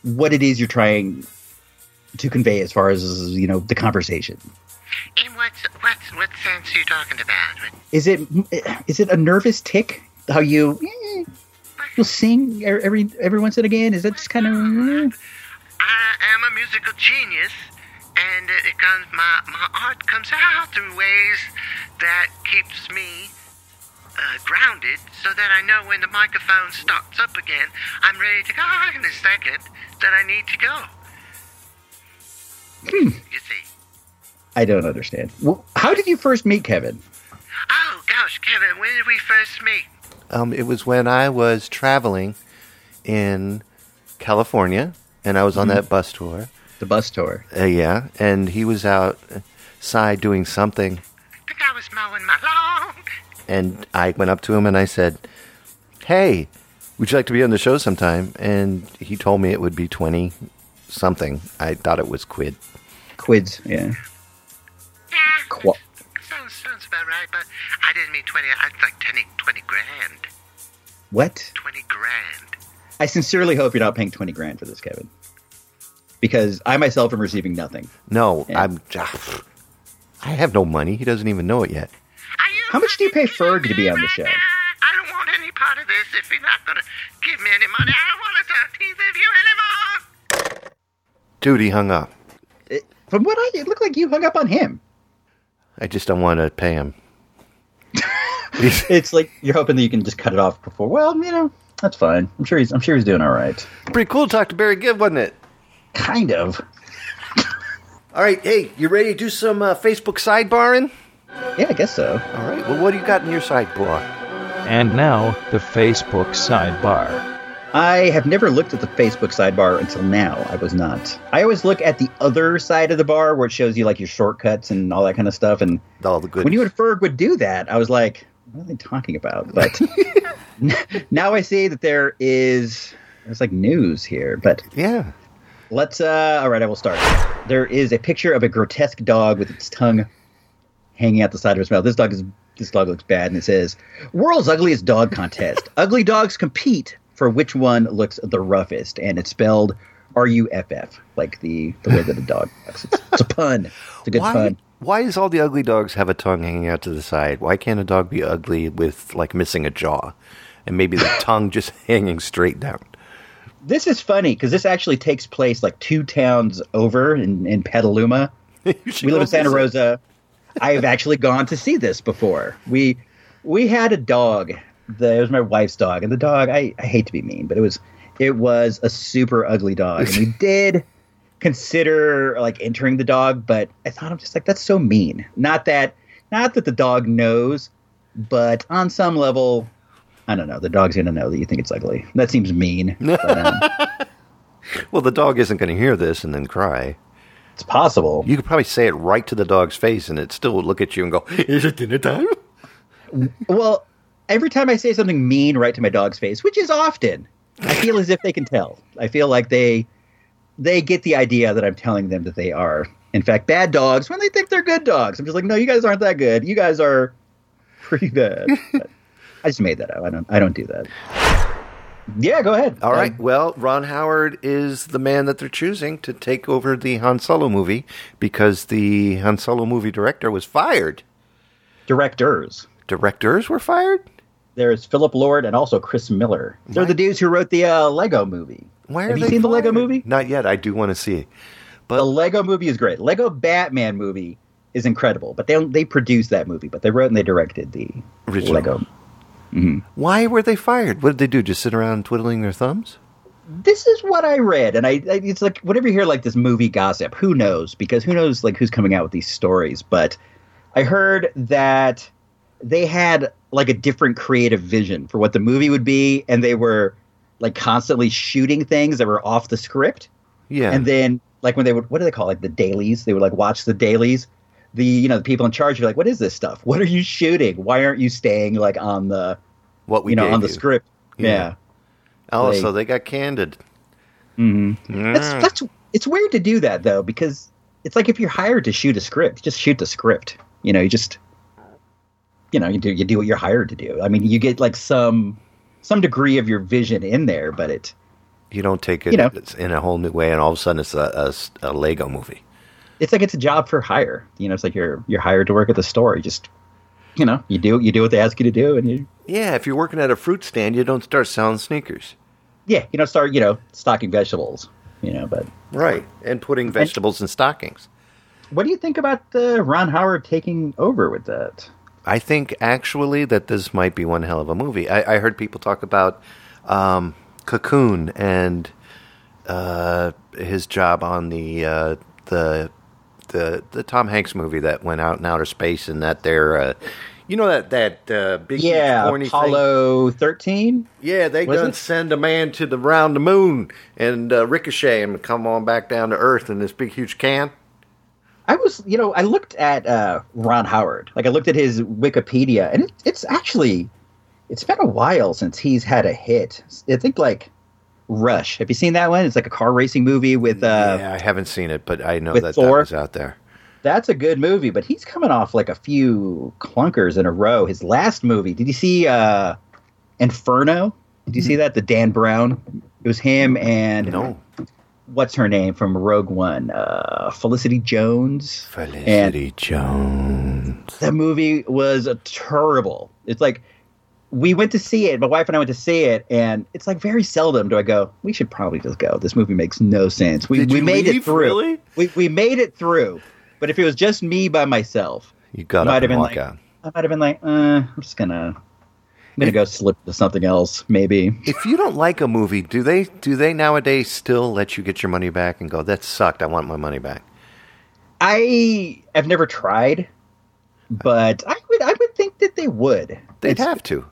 C: what it is you're trying to convey as far as you know the conversation.
D: In what, what, what sense are you talking about? What,
C: Is it is it a nervous tick? How you eh, you'll sing er- every every once and again? Is that just kind of eh?
D: I am a musical genius, and it comes my, my art comes out through ways that keeps me uh, grounded, so that I know when the microphone starts up again, I'm ready to go in a second that I need to go. You see.
C: I don't understand. Well, how did you first meet Kevin?
D: Oh gosh, Kevin, when did we first meet?
A: Um, it was when I was traveling in California, and I was
C: Hmm.
A: on that bus tour.
C: The bus tour.
A: Uh, yeah, and he was outside doing something,
D: I think I was mowing my lawn.
A: and I went up to him and I said, "Hey, would you like to be on the show sometime?" And he told me it would be twenty something. I thought it was quid.
C: Quids, yeah.
D: Yeah,
C: Qu-
D: sounds, sounds about right, but I didn't mean 20, I like 20, 20 grand.
C: what?
D: 20 grand.
C: I sincerely hope you're not paying twenty grand for this, Kevin. Because I myself am receiving nothing.
A: No,
C: Yeah.
A: I'm. ah, I have no money. He doesn't even know it yet.
D: Are you
C: How much do you pay Ferg to be on the show?
D: I don't want any part of this if you're not going to give me any money. I don't want to talk to either of you anymore.
A: Dude, he hung up.
C: It- from what I, it looked like you hung up on him.
A: I just don't want to pay him.
C: It's like you're hoping that you can just cut it off before. Well, you know, that's fine. I'm sure he's. I'm sure he's doing all right.
A: Pretty cool to talk to Barry Gibb, wasn't it?
C: Kind of.
A: All right, hey, you ready to do some uh, Facebook sidebarring?
C: Yeah, I guess so.
A: All right, well, what do you got in your sidebar?
B: And now, the Facebook sidebar.
C: I have never looked at the Facebook sidebar until now. I was not. I always look at the other side of the bar where it shows you like your shortcuts and all that kind of stuff. And
A: All the good.
C: when you and Ferg would do that, I was like, "What are they talking about?" But n- now I see that there is. There's like news here, but
A: yeah.
C: Let's. uh All right, I will start. There is a picture of a grotesque dog with its tongue hanging out the side of its mouth. This dog is. This dog looks bad, and it says, "World's ugliest dog contest. Ugly dogs compete for which one looks the roughest." And it's spelled R U F F, like the the way that a dog looks. It's, it's a pun. It's a good
A: why?
C: pun.
A: Why does all the ugly dogs have a tongue hanging out to the side? Why can't a dog be ugly with like missing a jaw, and maybe the tongue just hanging straight down?
C: This is funny because this actually takes place like two towns over in, in Petaluma. we live in Santa Rosa. I have actually gone to see this before. We we had a dog. The, it was my wife's dog, and the dog. I, I hate to be mean, but it was it was a super ugly dog, and we did consider like entering the dog, but I thought I'm just like that's so mean. Not that not that the dog knows, but on some level, I don't know. The dog's gonna know that you think it's ugly. That seems mean. but, um,
A: Well, the dog isn't going to hear this and then cry.
C: it's possible.
A: You could probably say it right to the dog's face, and it still would look at you and go, "Is it dinner time?"
C: Well, every time I say something mean right to my dog's face, which is often, I feel as if they can tell. I feel like they they get the idea that I'm telling them that they are, in fact, bad dogs when they think they're good dogs. I'm just like, no, you guys aren't that good. You guys are pretty bad. But I just made that up. I don't. I don't do that. Yeah, go ahead.
A: All right.
C: Um,
A: Well, Ron Howard is the man that they're choosing to take over the Han Solo movie because the Han Solo movie director was fired.
C: directors.
A: Directors were fired.
C: There is Philip Lord and also Chris Miller. They're the dudes who wrote the uh, Lego Movie.
A: Why are
C: Have you
A: they
C: seen the Lego
A: fired?
C: Movie?
A: Not yet. I do want to see it.
C: the Lego movie is great. Lego Batman movie is incredible, but they don't, they produced that movie, but they wrote and they directed the
A: Original.
C: Lego.
A: Why were they fired? What did they do? Just sit around twiddling their thumbs?
C: This is what I read, and I, I it's like whenever you hear like this movie gossip, who knows? Because who knows like who's coming out with these stories? But I heard that they had like a different creative vision for what the movie would be, and they were like constantly shooting things that were off the script.
A: Yeah.
C: And then like when they would what do they call it? like the dailies? They would like watch the dailies. The you know the people in charge would be like, what is this stuff? What are you shooting? Why aren't you staying like on the
A: what we
C: you know
A: gave
C: on the script?
A: Yeah.
C: Yeah.
A: Oh,
C: Like-
A: so they got candid.
C: hmm
A: Mm.
C: That's that's it's weird to do that though because it's like if you're hired to shoot a script, just shoot the script. You know, you just you know you do you do what you're hired to do. I mean, you get like some some degree of your vision in there, but it
A: you don't take it
C: you know.
A: it's in a whole new way, and all of a sudden it's a, a s- a Lego movie.
C: it's like it's a job for hire. You know, it's like you're you're hired to work at the store. You just you know you do you do what they ask you to do, and you
A: Yeah, if you're working at a fruit stand, you don't start selling sneakers.
C: yeah you don't start you know stocking vegetables. You know, but
A: Right. And putting vegetables in stockings.
C: what do you think about the Ron Howard taking over with that?
A: I think actually that this might be one hell of a movie. I, I heard people talk about um, Cocoon and uh, his job on the uh, the the the Tom Hanks movie that went out in outer space, and that they're uh, you know that that uh, big huge
C: Yeah,
A: corny thing.
C: Apollo thirteen.
A: Yeah, they
C: Was
A: done
C: it?
A: send a man to the round the moon and uh, ricochet him and come on back down to Earth in this big huge can.
C: I was, you know, I looked at uh, Ron Howard. Like I looked at his Wikipedia, and it, it's actually, it's been a while since he's had a hit. I think like Rush. Have you seen that one? It's like a car racing movie with. Uh,
A: yeah, I haven't seen it, but I know
C: with
A: that that
C: Thor?
A: was out there.
C: That's a good movie, but he's coming off like a few clunkers in a row. His last movie, did you see uh, Inferno? Did you see that? The Dan Brown. It was him and
A: Mm-hmm. No,
C: what's her name from Rogue One? Uh, Felicity Jones.
A: Felicity Jones.
C: That movie was a terrible. It's like we went to see it. My wife and I went to see it, and it's like very seldom do I go. We should probably just go. This movie makes no sense. We
A: Did
C: we
A: you
C: made it
A: leave,
C: through.
A: really?
C: We we made it through. But if it was just me by myself,
A: You got
C: Might
A: up
C: have
A: and
C: been
A: walk
C: like-
A: out.
C: I might have been like, uh, I'm just gonna. I'm gonna go slip to something else, maybe.
A: If you don't like a movie, do they do they nowadays still let you get your money back and go? That sucked. I want my money back.
C: I have never tried, but I would I would think that they would.
A: They'd
C: It's-
A: have to.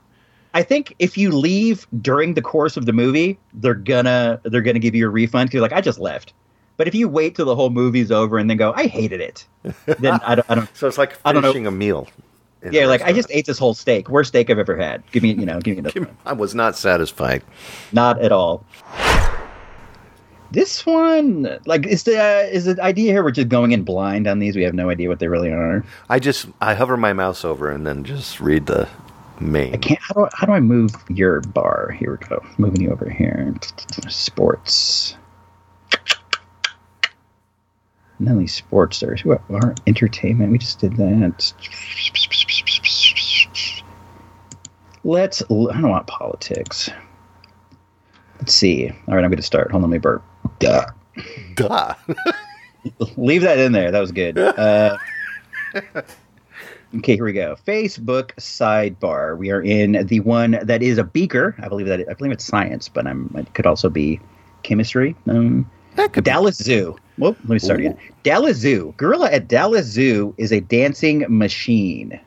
C: I think if you leave during the course of the movie, they're gonna they're gonna give you a refund. 'cause You're like, I just left. But if you wait till the whole movie's over and then go, I hated it, then I don't. I don't
A: So it's like
C: I don't know.
A: finishing a meal. in a
C: yeah, like I
A: restaurant.
C: just ate this whole steak, worst steak I've ever had. Give me, you know, give me another one.
A: I was not satisfied.
C: Not at all. This one, like, is the uh, is the idea here? We're just going in blind on these. We have no idea what they really are.
A: I just I hover my mouse over and then just read the main.
C: I can't. How do I, how do I move your bar? Here we go. Moving you over here. Sports. None of these sports are. What are entertainment? We just did that. Let's. l- I don't want politics. Let's see. All right, I'm going to start. Hold on, let me burp. Duh.
A: Duh.
C: Leave that in there. That was good. Uh, okay, here we go. Facebook sidebar. We are in the one that is a beaker. I believe that I believe it's science, but I'm, it could also be chemistry. Um,
A: That could be-
C: Dallas Zoo. Whoop, let me start
A: Ooh.
C: again. Dallas Zoo. Gorilla at Dallas Zoo is a dancing machine.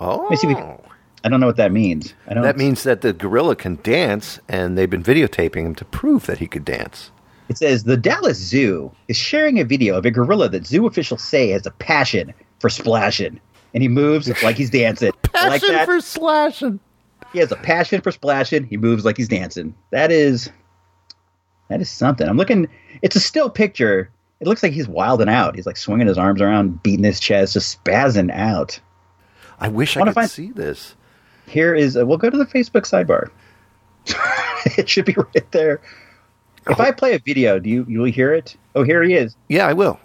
A: Oh,
C: me see if we can- I don't know what that means. I don't.
A: that means that the gorilla can dance, and they've been videotaping him to prove that he could dance.
C: It says the Dallas Zoo is sharing a video of a gorilla that zoo officials say has a passion for splashing, and he moves like he's dancing. I like
A: Passion
C: that.
A: for slashing.
C: he has a passion for splashing. He moves like he's dancing. That is, that is something. I'm looking. It's a still picture. It looks like he's wilding out. He's like swinging his arms around, beating his chest, just spazzing out.
A: I wish I
C: Wanna
A: could
C: find-
A: see this.
C: Here is. A, we'll go to the Facebook sidebar. it should be right there. If
A: Oh.
C: I play a video, do you you will hear it? Oh, here he is.
A: Yeah, I will.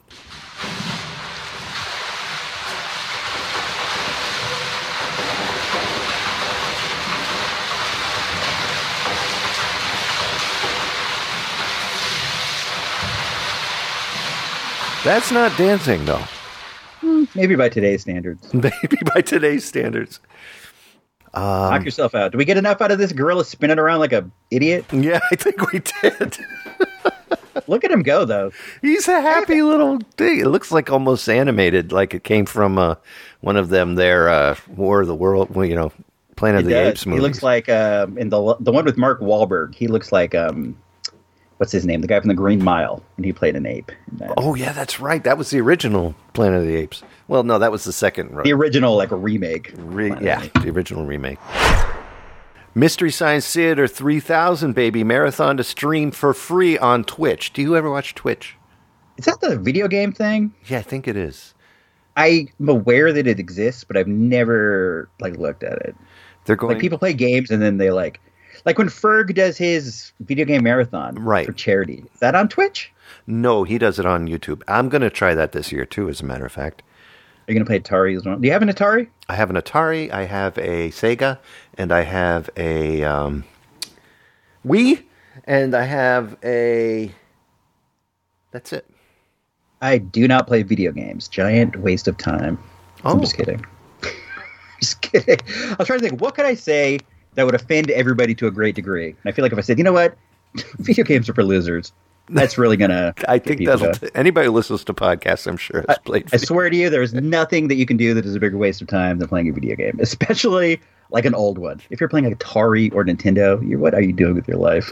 A: That's not dancing, though.
C: Maybe by today's standards.
A: Maybe by today's standards.
C: Knock yourself out. Do we get enough out of this gorilla spinning around like a idiot?
A: Yeah, I think we did.
C: Look at him go though.
A: He's a happy little thing. It looks like almost animated, like it came from uh, one of them. Their uh, War of the World, well, you know, Planet of the
C: does.
A: Apes movie.
C: He looks like um, in the the one with Mark Wahlberg. He looks like um, what's his name? The guy from the Green Mile, and he played an ape. in that.
A: Oh yeah, that's right. That was the original Planet of the Apes. Well, no, that was the second. Re-
C: The original like remake.
A: re-
C: Planet of
A: yeah,
C: the Apes.
A: the original remake. Mystery Science Theater 3000 Baby Marathon to stream for free on Twitch. Do you ever watch Twitch?
C: Is that the video game thing?
A: Yeah, I think it is.
C: I'm aware that it exists, but I've never like looked at it.
A: They're going
C: Like people play games and then they like, like when Ferg does his video game marathon
A: Right.
C: for charity. Is that on Twitch?
A: No, he does it on YouTube. I'm going to try that this year too as a matter of fact.
C: Are you gonna play Atari as well? Do you have an Atari?
A: I have an Atari, I have a Sega, and I have a um, Wii, and I have a. That's it.
C: I do not play video games. Giant waste of time.
A: Oh.
C: I'm just kidding. just kidding. I was trying to think, what could I say that would offend everybody to a great degree? And I feel like if I said, you know what, video games are for losers, that's really gonna.
A: I
C: get
A: think
C: people
A: that'll.
C: to-
A: anybody who listens to podcasts, I'm sure, has played.
C: I swear to you, there is nothing that you can do that is a bigger waste of time than playing a video game, especially like an old one. If you're playing like Atari or Nintendo, you're, what are you doing with your life?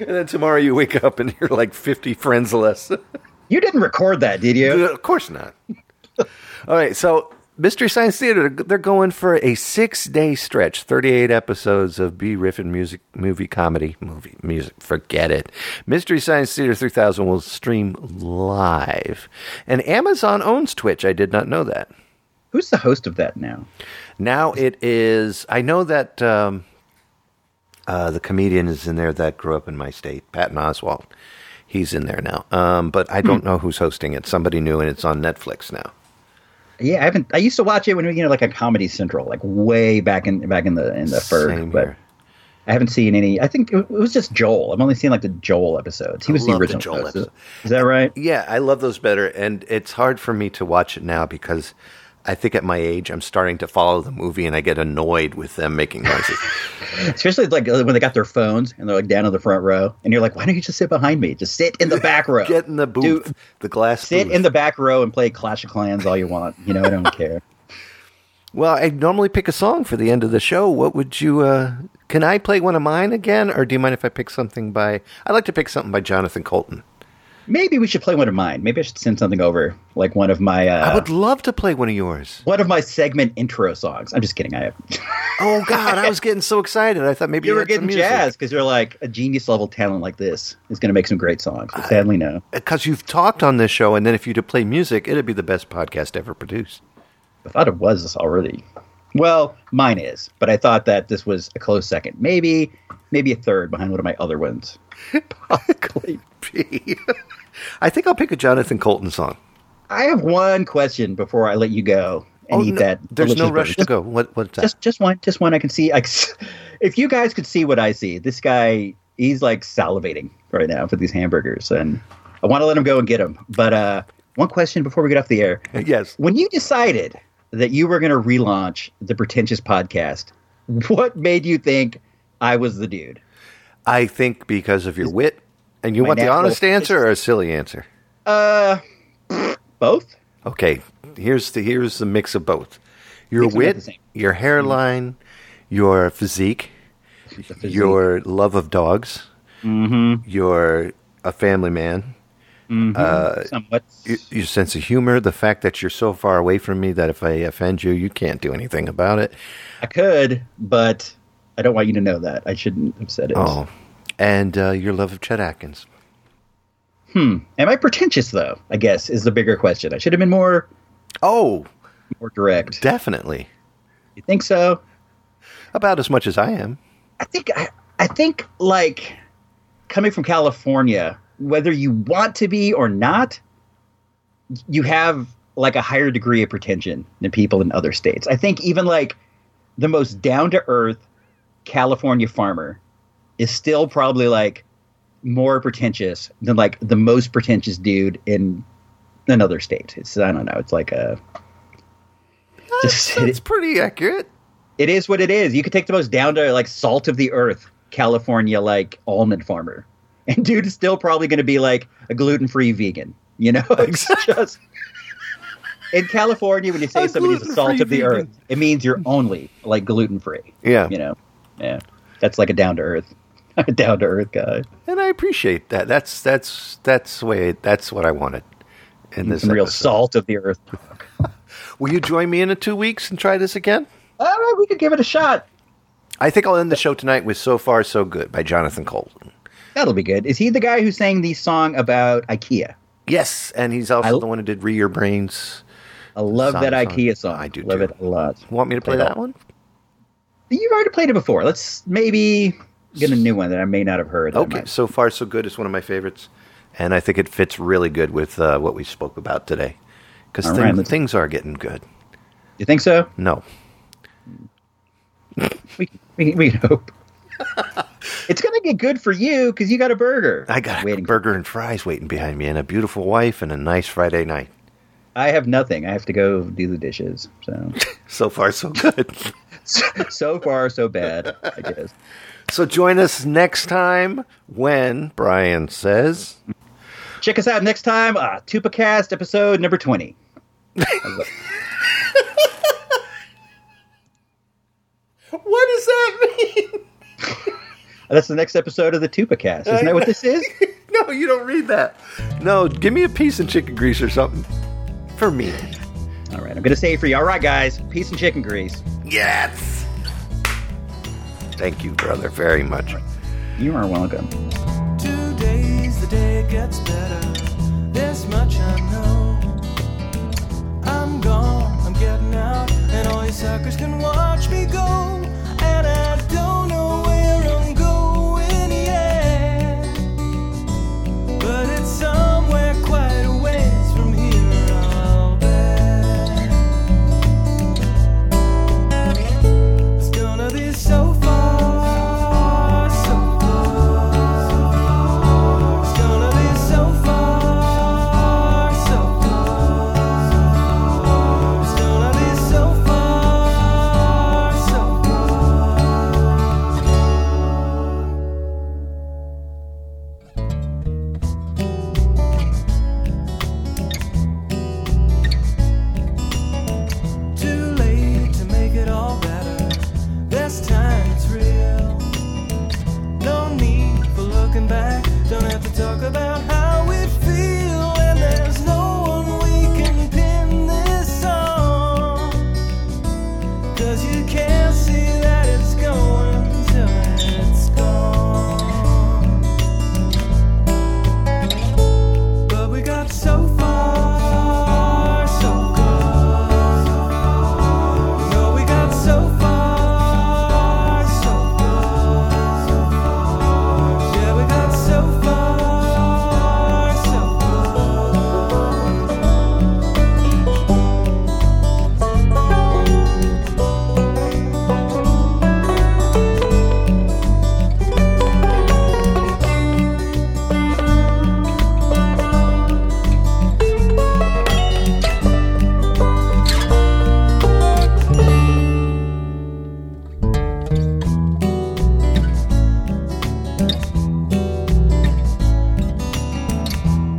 A: and then tomorrow you wake up and you're like 50 friends less.
C: You didn't record that, did you?
A: Uh, of course not. All right, so Mystery Science Theater, they're going for a six day stretch, 38 episodes of B. Riffin music, movie, comedy, movie, music, forget it. Mystery Science Theater 3000 will stream live. And Amazon owns Twitch. I did not know that.
C: Who's the host of that now?
A: Now it is, I know that um, uh, the comedian is in there that grew up in my state, Patton Oswald. He's in there now. Um, but I
C: Hmm.
A: don't know who's hosting it. Somebody new, and it's on Netflix now.
C: Yeah, I haven't. I used to watch it when we, you know, like a Comedy Central, like way back in back in the in the first.
A: Same
C: But
A: here.
C: I haven't seen any. I think it, it was just Joel. I've only seen like the Joel episodes. He was the
A: love the
C: original.
A: Joel
C: host. Is-
A: episode.
C: Is that right?
A: Yeah, I love those better, and it's hard for me to watch it now because I think at my age I'm starting to follow the movie, and I get annoyed with them making noises.
C: Especially like uh, when they got their phones and they're like down in the front row, and you're like, why don't you just sit behind me? Just sit in the back row.
A: get in the booth,
C: Dude,
A: the glass.
C: sit
A: booth.
C: in the back row and play Clash of Clans all you want. You know, I don't care.
A: Well, I normally pick a song for the end of the show. What would you? Uh, can I play one of mine again, or do you mind if I pick something by? I like to pick something by Jonathan Colton.
C: Maybe we should play one of mine. Maybe I should send something over, like one of my
A: I
C: uh,
A: would love to play one of yours.
C: one of my segment intro songs. I'm just kidding. I have.
A: Oh God, I was getting so excited. I thought maybe
C: you were
A: had some
C: getting
A: music.
C: jazz because you're like a genius level talent like this is going to make some great songs. But sadly, no.
A: because Uh, you've talked on this show, and then if you would play music, it'd be the best podcast ever produced.
C: I thought it was this already. Well, mine is, but I thought that this was a close second, maybe, maybe a third behind one of my other ones.
A: Probably be. I think I'll pick a Jonathan Colton song.
C: I have one question before I let you go and eat
A: Oh, no,
C: that.
A: there's no
C: delicious
A: rush to
C: burger.
A: go. What what's that?
C: Just, just one, just one. I can see. I, can- if you guys could see what I see, this guy, he's like salivating right now for these hamburgers, and I want to let him go and get them. But uh, one question before we get off the air:
A: yes.
C: When you decided that you were going to relaunch the pretentious podcast, what made you think I was the dude?
A: I think because of your wit. And you
C: My
A: want the
C: natural-
A: honest answer or a silly answer?
C: Uh, both.
A: Okay. Here's the here's the mix of both. Your
C: Mix them at the
A: wit,
C: same- Mm-hmm.
A: your hairline, your physique,
C: physique. Mm-hmm.
A: your love of dogs, you're a family man,
C: Somewhat.
A: y- your sense of humor, the fact that you're so far away from me that if I offend you, you can't do anything about it.
C: I could, but I don't want you to know that. I shouldn't have said it.
A: Oh, and uh, your love of Chet Atkins.
C: Am I pretentious though? I guess is the bigger question. I should have been more
A: Oh,
C: more direct.
A: definitely.
C: you think so?
A: About as much as I am.
C: I think I, I think like coming from California, whether you want to be or not, you have like a higher degree of pretension than people in other states. I think even like the most down to earth California farmer is still probably like more pretentious than like the most pretentious dude in another state. It's I don't know. It's like a just
A: That's pretty accurate.
C: it is what it is. You could take the most down to like salt of the earth California like almond farmer, and dude is still probably going to be like a gluten free vegan. You know, it's just in California when you say
A: A
C: somebody's a salt
A: gluten-free
C: of the
A: vegan.
C: earth, it means you're only like gluten free.
A: Yeah.
C: You know, yeah, that's like a down to earth, down to earth guy.
A: And I appreciate that. That's that's that's the way that's what I wanted. In this
C: Some Mm, real
A: episode.
C: salt of the earth.
A: Will you join me in the two weeks and try this again?
C: all right, we could give it a shot.
A: I think I'll end the show tonight with "So Far So Good" by Jonathan Colton.
C: That'll be good. Is he the guy who sang the song about IKEA?
A: Yes, and he's also
C: I-
A: the one who did "Re Your Brains."
C: I love
A: Song,
C: that
A: song.
C: IKEA song.
A: I do
C: love
A: too.
C: it a lot.
A: Want me to play
C: Play
A: that
C: that.
A: one?
C: You've already played it before. Let's maybe get a new one that I may not have heard. that I
A: Okay,
C: might-
A: so far so good. It's one of my favorites, and I think it fits really good with uh, what we spoke about today, because
C: All
A: things,
C: right, let's-
A: things are getting good.
C: You think so?
A: No,
C: We we, we can hope. it's gonna get good for you because you got a burger.
A: I got a
C: waiting.
A: burger and fries waiting behind me, and a beautiful wife, and a nice Friday night.
C: I have nothing. I have to go do the dishes. So
A: So far so good.
C: so far so bad. I guess.
A: so join us next time when Brian says.
C: Check us out next time. Uh, Tupacast episode number twenty.
A: What does that mean?
C: Uh, That's the next episode of the Tupacast. Isn't that what this is?
A: No, you don't read that. No, give me a piece of chicken grease or something for me.
C: All right, I'm gonna say it for you. All right, guys. Peace and chicken grease.
A: Yes. Thank you, brother, very much.
C: You are welcome.
E: Two days, the day gets better. This much I know. I'm gone, I'm getting out, and all you suckers can watch me go. And I don't know where I'm going yet. But it's somewhere quite a ways from here, I'll bet. It's gonna be so far, so far. It's gonna be so far, so far. It's gonna be so far, so far. Too late to make it all better. This time it's real. No need for looking back. Don't have to talk about how we feel. And there's no one we can pin this on. Cause you can't see that it's going till it's gone. But we got so far, so good. No, we got so far, so good. Yeah, we got so far, so good.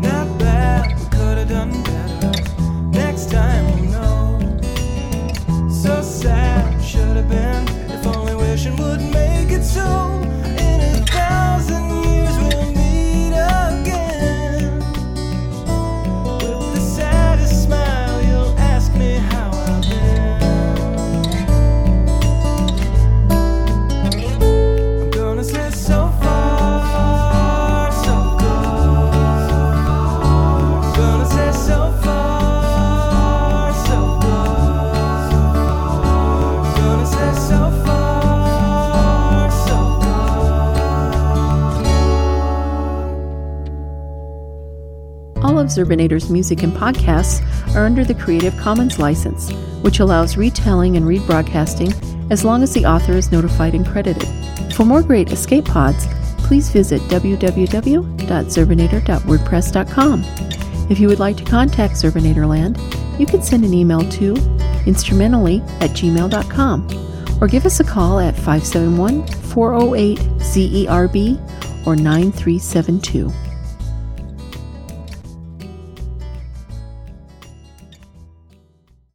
E: Not bad, we could have done better. Next time we'll know. So sad, should have been. If only wishing would make it so. In a thousand years we'll meet again. With the saddest smile, you'll ask me how I've been. I'm gonna say so far, so good. Gonna say so far, so good. Gonna say so far, so
F: All of Zerbinator's music and podcasts are under the Creative Commons license, which allows retelling and rebroadcasting as long as the author is notified and credited. For more great escape pods, please visit www.zerbinator.wordpress.com. If you would like to contact Zerbinator Land, you can send an email to instrumentally at gmail.com or give us a call at oh E 571 408 ZERB or 9372.